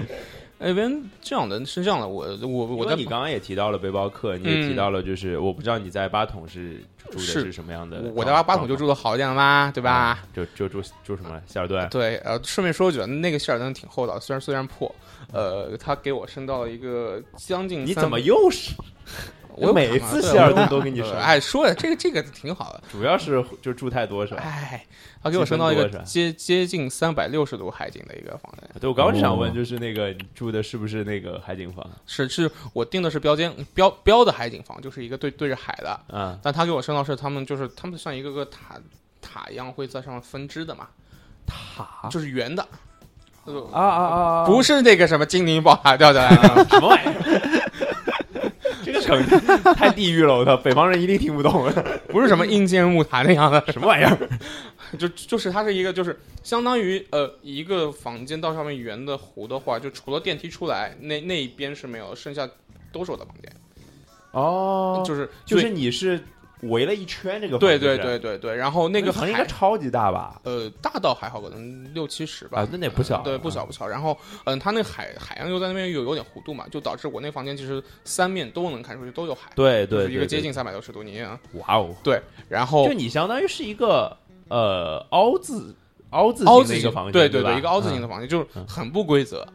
S2: 那边这样的是这样的，我我
S1: 因
S2: 我在
S1: 为
S2: 嗯
S1: 你刚刚也提到了背包客，你也提到了，就是我不知道你在八筒是住的
S2: 是
S1: 是什么样的
S2: 我
S1: 状，
S2: 我在八筒就住的好一点了嘛，对
S1: 对
S2: 吧？？
S1: 就就住住什么希尔顿，
S2: 对，呃，顺便说一句，那个希尔顿挺厚道，虽然虽然破，呃，他给我升到了一个将近
S1: 你
S2: 三
S1: 怎么？又是？
S2: 我有
S1: 每
S2: 卡嘛
S1: 次
S2: 对
S1: 希尔
S2: 我
S1: 顿
S2: 有
S1: 都
S2: 卡
S1: 跟你
S2: 对
S1: 说
S2: 哎，说的这个这个挺好的。
S1: 主要是就住太多是吧？
S2: 哎，他给我升到一
S1: 积
S2: 个
S1: 分多是吧
S2: 接接近三百六十度海景的一个房间，
S1: 对，我刚刚就想问，
S3: 哦
S1: 就是那个你住的是不是那个海景房
S2: 是是我订的是标间标标的海景房，就是一个对对着海的，
S1: 啊？
S2: 但他给我升到是他们就是他们像一个个塔塔一样会在上面分支的嘛，
S1: 塔
S2: 就是圆的，呃
S1: 啊啊啊啊！
S2: 不是那个什么精灵宝塔掉下来的，
S1: 什么玩意儿？这个梗太地狱了，我操！北方人一定听不懂，
S2: [LAUGHS] [LAUGHS] 不是什么阴间木塔那样的， [LAUGHS]
S1: 什么玩意儿？
S2: 就就是它是一个就是相当于呃一个房间到上面圆的弧的话，就除了电梯出来那那一边是没有，剩下都是我的房间，
S1: 哦
S2: 就是
S1: 就是
S2: 所以
S1: 你是围了一圈这个房
S2: 对
S1: 子，
S2: 对
S1: 是
S2: 对对对，然后那个
S1: 那房应该
S2: 海
S1: 超级大吧？
S2: 呃大到还好，可能六七十吧。嗯
S1: 啊，那那不小，
S2: 对，不小不小。然后，嗯，它那海海洋又在那边有有点弧度嘛，就导致我那房间其实三面都能看出去，都有海，
S1: 对
S2: 就
S1: 对，
S2: 是一
S1: 对
S2: 个接，
S1: 对
S2: 近三百六十度。你啊，
S1: 哇哦！
S2: 然后
S1: 就你相当于是一个呃凹字凹字
S2: 凹
S1: 形
S2: 字
S1: 的
S2: 形
S1: 一个房间，
S2: 对
S1: 对吧
S2: 对，一个凹字
S1: 嗯
S2: 形的房间，就是
S1: 嗯
S2: 很不规则，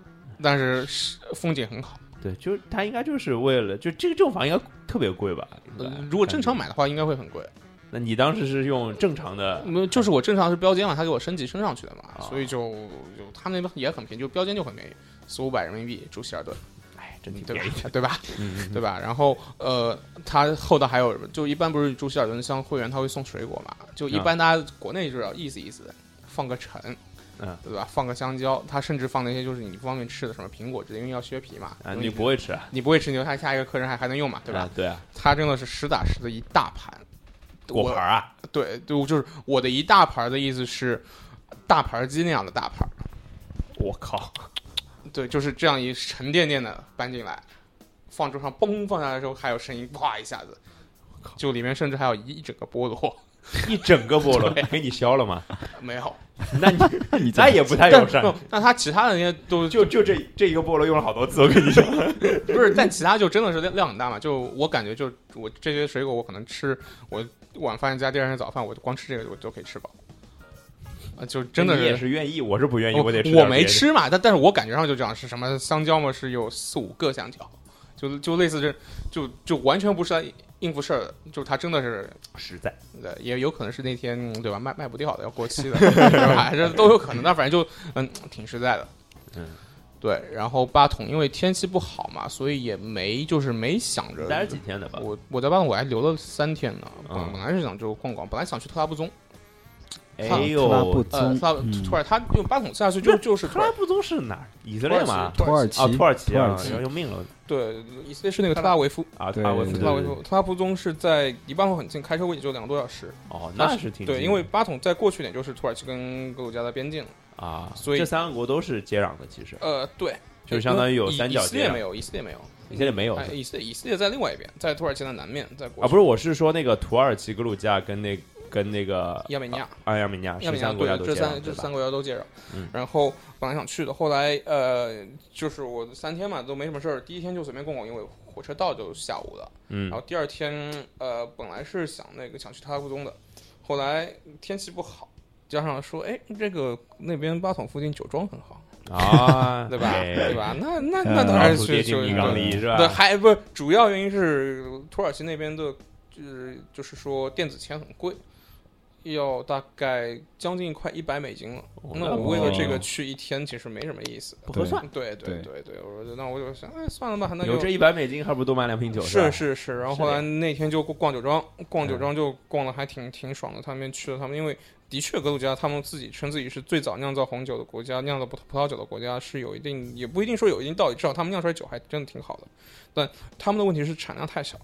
S2: 但是是风景很好。
S1: 嗯对，就是它应该就是为了就这个这种房应该特别贵吧？嗯对吧
S2: 呃如果正常，
S1: 感
S2: 买的话，应该会很贵。
S1: 觉那你当时是用正常的
S2: 没有，就是我正常是标间嘛，他给我升级升上去的嘛，
S1: 哦
S2: 所以就就他们那边也很便宜，就标间就很便宜，四五百人民币住希尔顿，
S1: 哎，真挺
S2: 对
S1: 便宜
S2: 吧，？对吧？
S1: 嗯，
S2: 对吧？然后呃，他后头还有就一般不是住希尔顿，像会员他会送水果嘛，就
S1: 啊
S2: 一般大家国内知道意思意思，放个橙，
S1: 嗯，
S2: 对吧？放个香蕉，他甚至放那些就是你不方便吃的什么苹果之类，因为要削皮嘛，
S1: 啊，
S2: 因为
S1: 你不会吃啊？
S2: 你不会吃，你留下下一个客人还还能用嗯嘛，对吧
S1: 啊？？对啊，
S2: 他真的是实打实的一大盘。
S1: 果
S2: 我
S1: 盘啊，
S2: 对，就就是我的一大盘儿的意思是大盘儿鸡那样的大盘儿，
S1: 我靠，
S2: 对，就是这样一沉甸甸的搬进来，放桌上嘣放下来的时候还有声音，啪一下子，就里面甚至还有一整个菠萝，
S1: 一整个菠萝给你削了吗？
S2: [LAUGHS] 没有，
S1: 那你
S3: 你
S1: 那 [LAUGHS] 也不太友善
S2: 但。但他其他的那些都
S1: 就就这这一个菠萝用了好多次，我跟
S3: [LAUGHS]
S1: 你说，
S2: 不是，但其他就真的是量量很大嘛。就我感觉，就我这些水果，我可能吃我晚饭加第二天早饭，我就光吃这个我就可以吃饱。啊，就真的
S1: 你也
S2: 是
S1: 是愿意，我是不愿
S3: 哦
S1: 意，
S2: 我
S1: 得吃。
S2: 我没，吃嘛，但但是我感觉上就这样，是什么香蕉嘛，是有四五个香蕉，就就类似这，就就完全不是来应付事儿的，就他真的是，
S1: 实在
S2: 呃，也有可能是那天嗯对吧，卖卖不掉的，要过期的， [LAUGHS] 对吧？这都有可能，但反正就嗯，挺实在的，
S1: 嗯，
S2: 对。然后八桶因为天气不好嘛，所以也没就是没想着
S1: 待了几天的吧？
S2: 我我在巴顿我还留了三天呢，本
S1: 嗯
S2: 本来是想就逛逛，本来想去特拉布宗，
S1: 哎
S3: 特拉布
S1: 呦，
S2: 呃，
S3: 宗
S2: 特拉布
S3: 嗯
S2: 土耳其，他用巴桶下去就就是
S1: 特拉布宗是哪儿？以色列吗？
S2: 土
S3: 土
S2: 耳
S3: 耳
S2: 其
S1: 啊，
S3: 其
S1: 土耳其
S3: 土
S1: 啊
S3: 耳，其
S1: 要命了
S2: 对，以色列是那个特拉维夫，呃
S1: 啊！
S3: 对
S1: 啊，我
S3: 对
S2: 特
S3: 对
S2: 拉维夫，特拉布宗是在离巴统很近，开车估计就两个多小时。
S1: 哦，那是挺
S2: 对，
S1: 近
S2: 因为巴统再过去一点就是土耳其跟格鲁吉亚的边境了。
S1: 啊，
S2: 所以
S1: 这三个国都是接壤的，其实
S2: 呃，对，
S1: 就是相当于有三角
S2: 以以色列
S1: 接壤
S2: 没有，以色列没有，
S1: 以色列没有
S2: 哎，以色列以色列在另外一边，在土耳其的南面，在过
S1: 啊，不
S2: 是
S1: 是，我是说那个土耳其、格鲁吉亚跟那跟那个
S2: 亚美尼亚。
S1: 啊亚美尼亚是
S2: 亚美尼亚
S1: 三个国家，
S2: 对
S1: 都
S2: 这
S1: 接壤
S2: 三这
S1: 对吧
S2: 三？国家都介绍。
S1: 嗯
S2: 然后本来想去的，后来呃，就是我三天嘛都没什么事儿，第一天就随便逛逛，因为火车到就下午了。
S1: 嗯
S2: 然后第二天呃，本来是想那个想去塔拉布宗的，后来天气不好，加上说哎这个那边巴统附近酒庄很好，
S1: 啊，
S2: [LAUGHS] 对吧？
S1: 哎
S2: 对？吧？那那
S3: 嗯
S2: 那当
S1: 老
S2: 然
S1: 鼠
S2: 去
S1: 跌
S2: 去
S1: 进米缸里是吧？
S2: 对，还不是主要原因是土耳其那边的，就是就是说电子钱很贵，要大概将近快一百美金了。
S1: 哦
S2: 那
S1: 那
S2: 我
S1: 不
S2: 为了这
S1: 便宜
S2: 个
S1: 哦
S2: 去一天，其实没什么意思。
S1: 不合算，
S2: 对对对对，我说那我就想，哎，算了吧，那
S1: 有
S2: 就
S1: 这一百美金，还不如多买两瓶酒？
S2: 是
S1: 吧
S2: 是是。然后
S1: 是
S2: 后
S1: 的
S2: 来那天就逛酒庄，逛酒
S1: 嗯
S2: 庄就逛的还挺挺爽的。他们去了他们，因为的确格鲁吉亚他们自己称自己是最早酿造红酒的国家，酿造葡葡萄酒的国家是有一定，也不一定说有一定道理，至少他们酿出来酒还真的挺好的。但他们的问题是产量太小。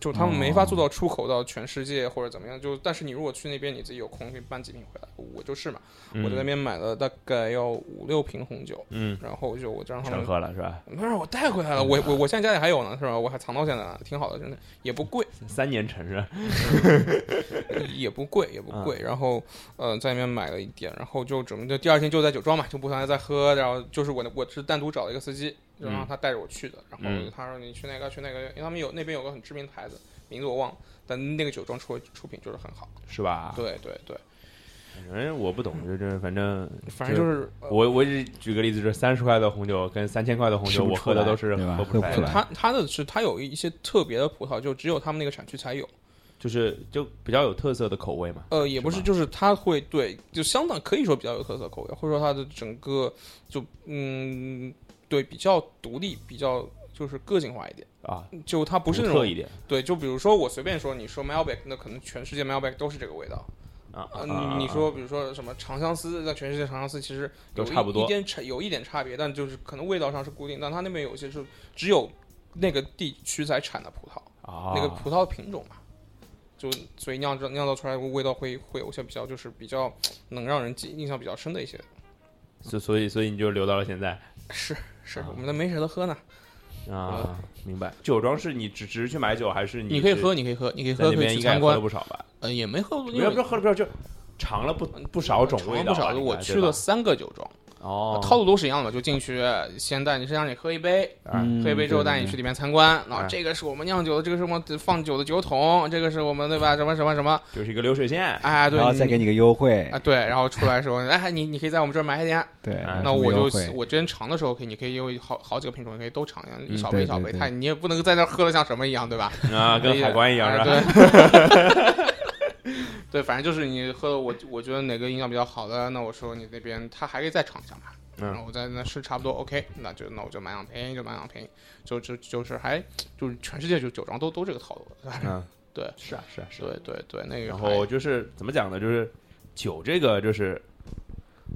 S2: 就他们没法
S1: 哦
S2: 做到出口到全世界或者怎么样，就但是你如果去那边你自己有空可以搬几瓶回来，我就是嘛，我在那边买了大概要五六瓶红酒，
S1: 嗯，
S2: 然后就我就让他们
S1: 全喝了是吧？
S2: 没事，我带回来了，我我我现在家里还有呢，是吧？我还藏到现在呢，挺好的，真的也不贵，
S1: 三年陈是吧？
S2: 也不贵，也不贵。然后呃，在里面买了一点，然后就准备就第二天就在酒庄嘛，就不想再喝。然后就是我我是单独找了一个司机，就让他带着我去的。然后
S1: 嗯
S2: 他说你去那个去那个，因为他们有那边有个很知名的牌子，名字我忘了，但那个酒庄出出品就是很好。
S1: 是吧？
S2: 对对对，
S1: 反正我不懂，就是反正
S2: 反正就是呃
S1: 我我只举个例子，就是三十块的红酒跟三千块的红
S3: 吃
S1: 酒，
S3: 不
S1: 我
S3: 出
S1: 喝的
S3: 来
S1: 都是
S3: 对吧
S1: 喝出
S3: 喝不
S1: 来
S3: 出
S1: 的，
S3: 来
S2: 它它的是它有一些特别的葡萄，就只有他们那个产区才有。
S1: 就是就比较有特色的口味嘛。
S2: 呃，也不
S1: 是
S2: 是，
S1: 吧
S2: 就是它会对，就相当可以说比较有特色口味，或者说它的整个就嗯，对，比较独立，比较就是个性化一点。
S1: 啊，
S2: 就它不是那
S1: 独特
S2: 种
S1: 一点
S2: 对，就比如说我随便说，你说 Malbec，那可能全世界 Malbec 都是这个味道。
S1: 啊
S2: 呃，
S1: 啊
S2: 你你说比如说什么长相思，那全世界长相思其实
S1: 都
S2: 有一
S1: 差不多
S2: 一点差有一点差别，但就是可能味道上是固定，但它那边有些是只有那个地区才产的葡萄。
S1: 啊
S2: 那个葡萄的品种嘛，就所以酿造酿造出来的味道会会有一些比较就是比较能让人记印象比较深的一些。
S1: 所所以所以你就留到了现在
S2: 是是，
S1: 啊
S2: 我们的没舍得喝呢。呃
S1: 啊，明白。酒庄是你只只是去买酒，还是
S2: 你
S1: 你
S2: 可以
S1: 是
S2: 喝，你可以喝，你可以
S1: 在
S2: 喝，
S1: 那
S2: 可以
S1: 边
S2: 去
S1: 应该
S2: 参
S1: 喝了
S2: 观。
S1: 不少吧？
S2: 呃，也没喝，
S1: 不
S2: 因
S1: 要不
S2: 为
S1: 是喝了不少，就尝了不不少种味道
S2: 尝
S1: 吧，
S2: 了不少的。
S1: 应
S2: 我
S1: 该
S2: 去
S1: 对吧
S2: 了三个酒庄，
S1: 哦，
S2: 套路都是一样的，就进去先带你先让你喝一杯，
S1: 嗯
S2: 喝一杯之后带你去里面参观。然后
S1: 哎
S2: 这个是我们酿酒的，这个是我们放酒的酒桶，这个是我们对吧？什么什么什么？
S1: 就是一个流水线，
S2: 哎，对，
S3: 然后
S2: 你
S3: 再给你个优惠
S2: 啊，，对，然后出来的时候，哎，你你可以在我们这儿买一点。
S3: 对
S1: 啊，
S2: 那
S3: 有
S2: 我
S3: 优
S2: 就
S3: 惠
S2: 我之前尝的时候，可以，你可以有好好几个品种，你可以都尝一下，
S1: 嗯
S2: 一小
S3: 对
S2: 杯一小
S3: 对
S2: 杯，
S3: 对
S2: 它你也不能在那儿喝的像什么一样，对吧？ [LAUGHS]
S1: 啊，跟海关一样是吧？
S2: 哎对。 [LAUGHS] 对，反正就是你喝的，我我觉得哪个影响比较好的，那我说你那边他还可以再尝一下嘛。
S1: 嗯
S2: 然后我在那试差不多 OK，那就那我就买两瓶，就买两瓶，就就就是还就是全世界就酒庄都都这个套路，对吧
S1: 嗯，
S2: 对，
S1: 是啊是啊是啊。
S2: [LAUGHS] 对对对，那个
S1: 然
S2: 还
S1: 后就是怎么讲呢？就是酒这个，就是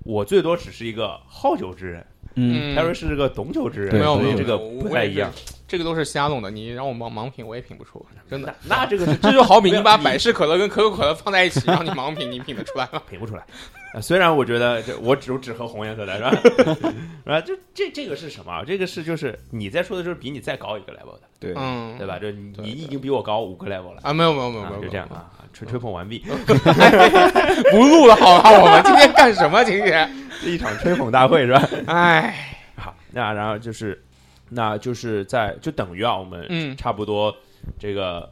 S1: 我最多只是一个好酒之人，
S3: 嗯，
S2: 嗯
S1: 泰瑞是个懂酒之人，
S3: 对
S2: 没有
S1: 所以
S2: 没有
S1: 这个
S2: 没有
S1: 不
S2: 我
S1: 太
S2: 也
S1: 一样。
S2: 这个都是瞎弄的，你让我盲盲品我也品不出，真的。
S1: 那这个是
S2: [LAUGHS] 这就好比
S1: 没
S2: 你
S1: 有
S2: 把
S1: 你
S2: 百事可乐跟可口可乐放在一起，让你盲品，你品得出来吗？
S1: 品不出来，啊虽然我觉得这我只我只喝红颜色的，是吧？ [LAUGHS] 啊，这这这个是什么啊？这个是就是你在说的时候比你再高一个 level 的，
S3: 对，
S2: 嗯，
S1: 对吧？就是你
S2: 对
S1: 你
S2: 对
S1: 已经比我高五个 level 了。
S2: 啊，没有没有没有没
S1: 啊
S2: 有，，
S1: 就这样啊， [LAUGHS] 吹吹捧完毕，
S2: 不录了，好吧？我们今天干什么？今天，
S1: [LAUGHS] 一场吹捧大会是吧？
S2: 哎，
S1: [LAUGHS] 好，那然后就是，那就是在就等于啊，我们
S2: 嗯
S1: 差不多这个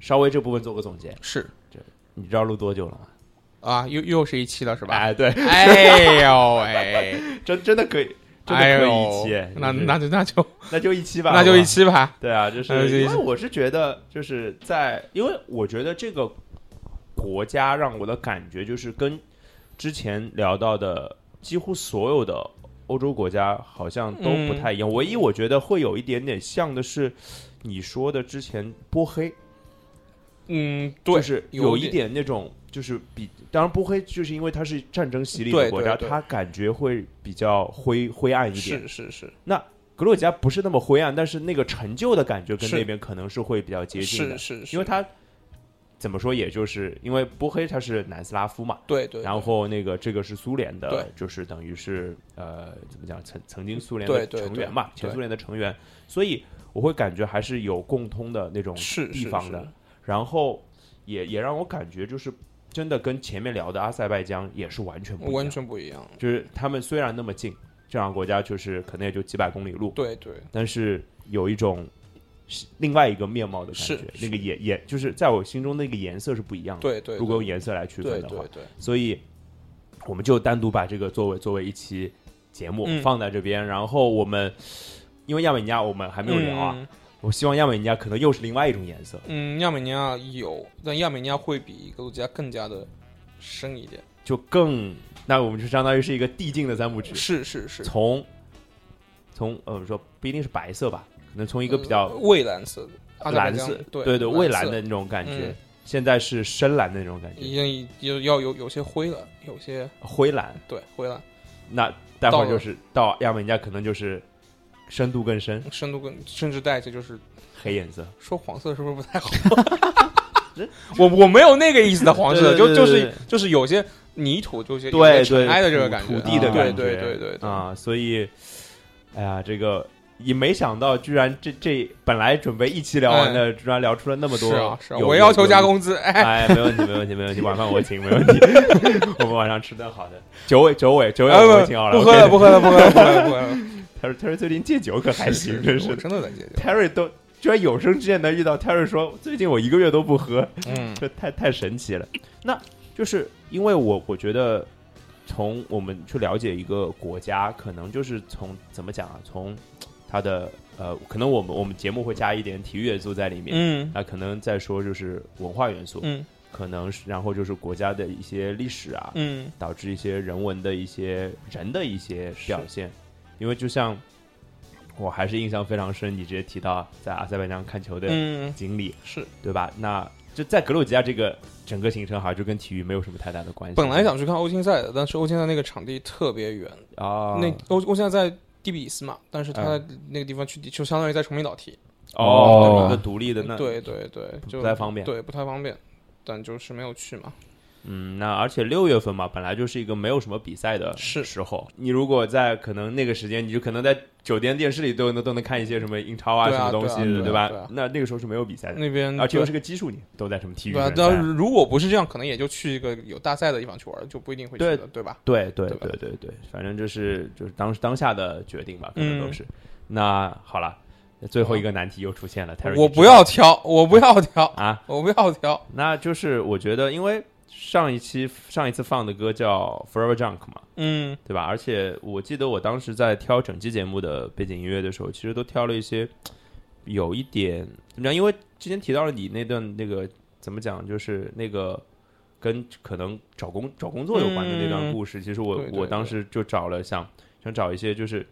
S1: 稍微这部分做个总结。
S2: 是
S1: 你知道录多久了吗？
S2: 啊，又又是一期了，是吧？
S1: 哎，对，
S2: 哎呦喂，
S1: 真真的可以， [LAUGHS] 真
S2: 哎
S1: 的可
S2: 呦
S1: 以一期，，
S2: 那
S1: 就是
S2: 那就那就
S1: 那就一期吧，
S2: 那就
S1: 好吧
S2: 一。期吧。
S1: 对啊，就是
S2: 那就一期
S1: 因为我是觉得，就是在，因为我觉得这个国家让我的感觉就是跟之前聊到的几乎所有的欧洲国家好像都不太
S2: 嗯
S1: 一样。唯一我觉得会有一点点像的是，你说的之前波黑，
S2: 嗯，
S1: 就
S2: 对，
S1: 是有
S2: 有
S1: 一
S2: 一
S1: 点那种，就是比当然波黑就是因为它是战争洗礼的
S2: 对
S1: 国
S2: 对
S1: 家，
S2: 对
S1: 它感觉会比较灰灰暗一点。
S2: 是是是
S1: 格鲁吉亚不是那么灰暗，但是那个成就的感觉跟
S2: 是
S1: 那边可能是会比较接近的
S2: 是，是，
S1: 因为它怎么说，也就是因为波黑它是南斯拉夫嘛，
S2: 对对，
S1: 然后那个这个是苏联的
S2: 对，
S1: 就是等于是呃怎么讲，曾曾经苏联
S2: 对
S1: 的
S2: 对
S1: 成
S2: 对
S1: 员嘛，前
S2: 对
S1: 苏联的成员，所以我会感觉还是有共通的那种
S2: 是
S1: 地方的，然后也也让我感觉就是真的跟前面聊的阿塞拜疆也是完全不一
S2: 完
S1: 样，
S2: 全不一样。
S1: 就是他们虽然那么近，这两个国家就是可能也就几百公里路，
S2: 对对，
S1: 但是有一种是另外一个面貌的感觉
S2: 是，
S1: 那个颜颜就是在我心中那个颜色是不一样的。
S2: 对对，
S1: 如果用颜色来区分
S2: 对
S1: 的话
S2: 对，对，
S1: 所以我们就单独把这个作为作为一期节目
S2: 嗯
S1: 放在这边，然后我们。因为亚美尼亚我们还没有聊啊，我希望亚美尼亚可能又是另外一种颜色，
S2: 嗯，亚美尼亚有，但亚美尼亚会比格鲁吉亚更加的深一点。
S1: 就更那我们就相当于是一个递进的三部曲，
S2: 是是是，
S1: 从从呃我们说不一定是白色吧，可能从一个比较
S2: 呃蔚蓝色的阿塞拜
S1: 蓝
S2: 疆
S1: 色，
S2: 对
S1: 对
S2: 对，
S1: 蔚蓝的那种感觉，
S2: 嗯
S1: 现在是深蓝的那种感
S2: 已
S1: 觉，
S2: 经有要有有些灰了，有些
S1: 灰蓝。
S2: 对灰了，
S1: 那待会
S2: 到
S1: 儿
S2: 了
S1: 就是到亚美尼亚，可能就是深度更深，
S2: 深度更甚至带一些就是
S1: 黑颜色。
S2: 说黄色是不是不
S1: [LAUGHS]
S2: 太好？我我没有那个意思的黄色，
S1: 对对对
S2: 就就
S1: 对
S2: 是就是有些泥土，就是有
S1: 对
S2: 些尘
S1: 对，
S2: 埃的这个
S1: 土
S2: 感觉，
S1: 土地的
S2: 啊
S1: 感觉，
S2: 对对对对对，
S1: 啊，所以，哎呀，这个也没想到，居然这这本来准备一期聊完的，居然聊出了那么多
S2: 哎是啊是啊，
S1: 有
S2: 我要求加。
S1: 有有
S2: 工资，哎，
S1: 哎，没问题，没问题，没问题，晚饭我请，没问题。 [LAUGHS] 我们晚上吃顿好的，九尾九尾九尾
S2: 哎
S1: 我请好了。
S2: 不不喝
S1: OK
S2: 了，不喝了，不喝了，不喝了，不喝了，
S1: 他说他说最近戒酒可还行，真是
S2: 我
S1: 的。
S2: 真的在解
S1: Terry 都居然有生之年能遇到 Terry 说，最近我一个月都不喝，
S2: 决，嗯，
S1: 这太太神奇了。那就是因为我我觉得，从我们去了解一个国家，可能就是从怎么讲啊，从它的呃，可能我们我们节目会加一点体育元素在里面，
S2: 嗯
S1: 那可能再说就是文化元素，
S2: 嗯
S1: 可能是然后就是国家的一些历史啊，
S2: 嗯，
S1: 导致一些人文的一些人的一些表现，因为就像我还是印象非常深，你直接提到在阿塞拜疆看球的
S2: 嗯
S1: 经历，
S2: 是。
S1: 对吧？那就在格鲁吉亚这个整个行程好像就跟体育没有什么太大的关系。
S2: 本来想去看欧青赛的，但是欧青赛那个场地特别远，
S1: 啊，
S2: 那欧欧青赛在蒂比里斯嘛，但是他那个地方去地就相当于在崇明岛踢，
S1: 哦，
S3: 哦
S1: 那个独立的那，
S2: 对对对，就
S1: 不太方便
S2: 对不太方便，但就是没有去嘛，
S1: 嗯，那而且六月份嘛，本来就是一个没有什么比赛的
S2: 是
S1: 时候，你如果在可能那个时间，你就可能在酒店电视里都能都能看一些什么英超啊
S2: 对
S1: 什
S2: 啊
S1: 么东西
S3: 对啊
S1: 的，
S3: 对啊
S1: 吧
S2: 对啊？
S1: 那那个时候是没有比赛的。
S2: 那边
S1: 哎而且
S2: 对
S1: 又是个基数，你都在什么体育
S2: 对啊，
S1: 人
S2: 但
S1: 赛
S2: 如果不是这样，可能也就去一个有大赛的地方去玩，就不一定会去
S1: 对
S2: 的，对吧？
S1: 对对
S2: 对吧
S1: 对对对，反正就是就是当时当下的决定吧，可能都
S2: 嗯
S1: 是。那好了，最后一个难题又出现了，Terry，你
S2: 我
S1: 知
S2: 不
S1: 道
S2: 要挑，我不要挑，
S1: 啊，
S2: 我不要挑，
S1: 那就是我觉得，因为上一期上一次放的歌叫《Forever Junk》嘛，
S2: 嗯
S1: 对吧？而且我记得我当时在挑整期节目的背景音乐的时候，其实都挑了一些有一点怎么讲？因为之前提到了你那段那个怎么讲，就是那个跟可能找工找工作有关的那段故事，其实我
S2: 嗯对对
S1: 我当时就找了想想找一些就是。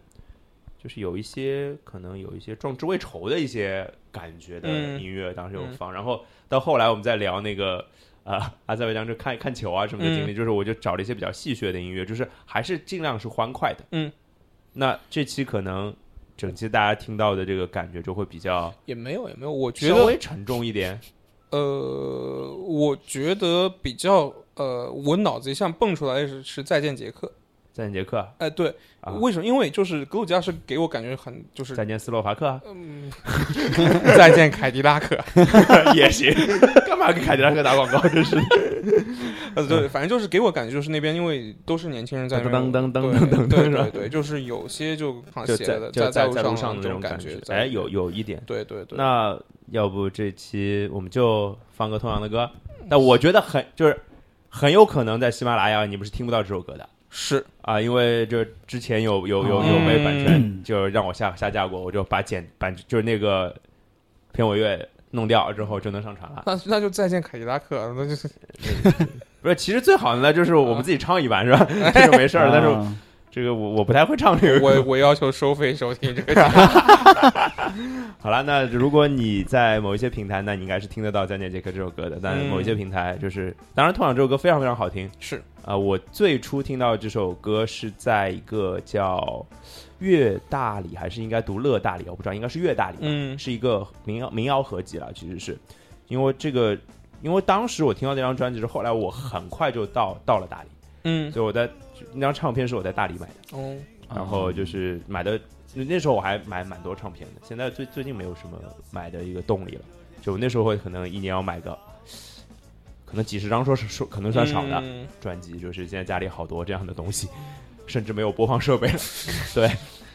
S1: 就是有一些可能有一些壮志未酬的一些感觉的
S2: 嗯
S1: 音乐，当时有
S2: 嗯
S1: 放。然后到后来我们在聊那个啊、 [LAUGHS] 阿塞拜疆就看看球啊什么
S2: 嗯
S1: 的经历，就是我就找了一些比较戏谑的音乐，就是还是尽量是欢快的。
S2: 嗯，
S1: 那这期可能整期大家听到的这个感觉就会比较
S2: 也没有也没有，我觉
S1: 稍
S2: [LAUGHS] 得
S1: 微沉重一点。
S2: 呃，我觉得比较呃，我脑子一下蹦出来的是是《再见杰克》。
S1: 再见捷克，
S2: 哎，对，
S1: 啊
S2: 为什么？因为就是格鲁吉亚是给我感觉很就是
S1: 再见斯洛伐克啊 [LAUGHS]
S2: 嗯， [LAUGHS] 再见凯迪拉克，
S1: 也
S2: [LAUGHS]
S1: 行，干嘛给凯迪拉克打广告？真是
S2: 呃，
S1: 嗯
S2: 对，反正就是给我感觉就是那边因为都是年轻人在那
S1: 噔
S2: 边，
S1: 噔噔
S2: 对
S1: 噔噔噔
S2: 对
S1: 是吧
S2: 对对，就是有些就好像
S1: 就
S2: 写
S1: 在
S2: 的
S1: 就
S2: 在
S1: 在路
S2: 上
S1: 的
S2: 这
S1: 种
S2: 感
S1: 觉，
S2: 在
S1: 哎，有有一点。
S2: 对对对，
S1: 那要不这期我们就放个同样的歌？但我觉得很就是很有可能在喜马拉雅你们是听不到这首歌的
S2: 是
S1: 啊，因为这之前有有有有
S2: 嗯
S1: 被版权就是让我下下架过，我就把剪版就是那个片尾乐弄掉之后就能上传了。
S2: 那那就再见凯迪拉克，啊 [LAUGHS] 那就是
S1: 不是，其实最好的呢就是我们自己唱一版是吧？这就没事儿，但是
S3: 啊
S1: 这个我我不太会唱这个歌。
S2: 我我要求收费收听这
S1: [LAUGHS]
S2: 个节目，
S1: 好了，那如果你在某一些平台，那你应该是听得到《再见杰克》这首歌的。但
S2: 嗯
S1: 某一些平台就是，当然，通常这首歌非常非常好听
S2: 是
S1: 啊、我最初听到这首歌是在一个叫乐大理，还是应该读乐大理，我不知道，应该是乐大理吧，
S2: 嗯
S1: 是一个民谣民谣合集了，其实是因为这个，因为当时我听到这张专辑是后来我很快就到到了大理，
S2: 嗯
S1: 所以我在那张唱片是我在大理买的。
S2: 哦
S1: 然后就是买的，那时候我还买蛮多唱片的，现在最最近没有什么买的一个动力了。就那时候会可能一年要买个，可能几十张说是说可能算少的、啊
S2: 嗯
S1: 专辑，就是现在家里好多这样的东西，甚至没有播放设备了。 [LAUGHS] 对，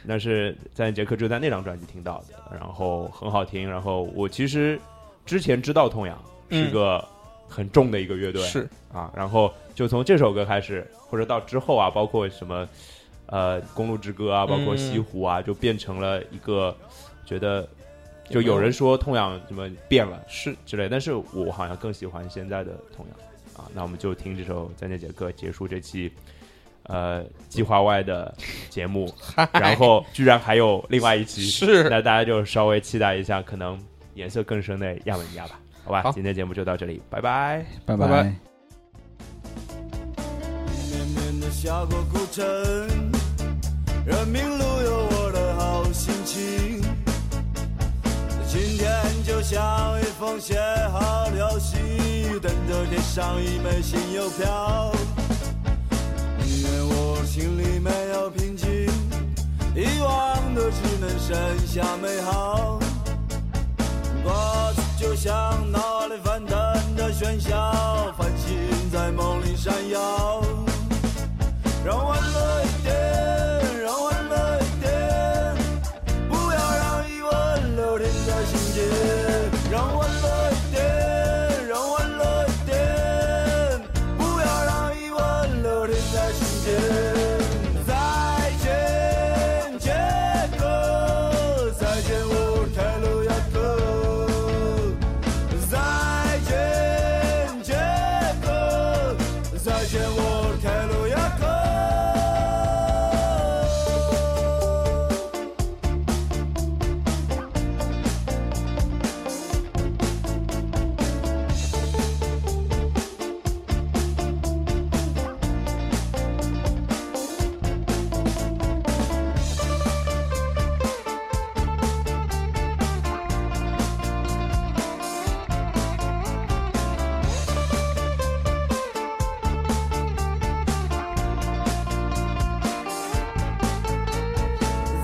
S1: 但是在杰克就在那张专辑听到的，然后很好听。然后我其实之前知道痛仰是
S2: 嗯
S1: 个很重的一个乐队，
S2: 是
S1: 啊，然后就从这首歌开始，或者到之后啊，包括什么呃《公路之歌》啊，包括《西
S2: 嗯
S1: 湖》啊，就变成了一个觉得，就
S2: 有
S1: 有人说痛痒什么变了
S2: 是
S1: 之类，但是我好像更喜欢现在的痛痒啊。那我们就听这首《再见杰克》结束这期。呃，计划外的节目，然后居然还有另外一期，
S2: 是，
S1: 那大家就稍微期待一下，可能颜色更深的亚美尼亚吧，好吧，
S2: 好
S1: 今天节目就到这里，拜拜。
S3: 拜
S2: 拜拜。
S4: 绵绵的峡谷古城，人民路有我的好心情。今天就像一封写好流信，等着贴上一枚新邮票。因为我心里没有平静，遗忘的只能剩下美好。我就像脑里翻腾的喧嚣，繁星在梦里闪耀。让欢乐一点，让欢乐一点，不要让疑问留停在心间。让欢乐一点，让欢乐一点，不要让疑问留停在心间。再见，杰克，再见，我开路亚克。再见，杰克，再见，我开路亚克。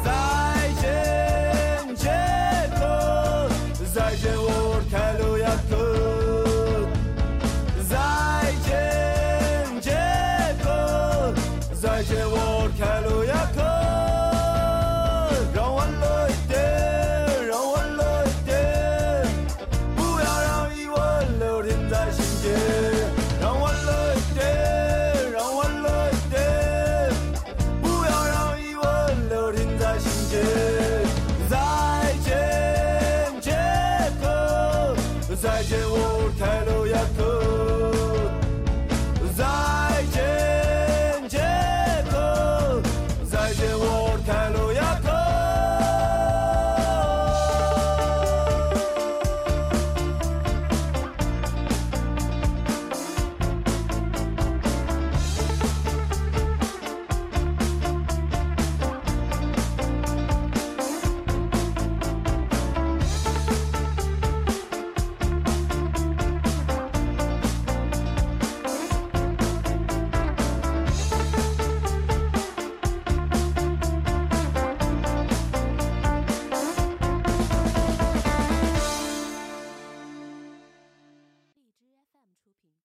S4: 再见，杰克，再见，我开路亚克。再见，杰克，再见，我开路亚克。让欢乐一点，让欢乐一点，不要让疑问留停在心间。让欢乐一点，让欢乐一点。不要让疑问留停在心间。再见，杰克，再见，我开路亚克。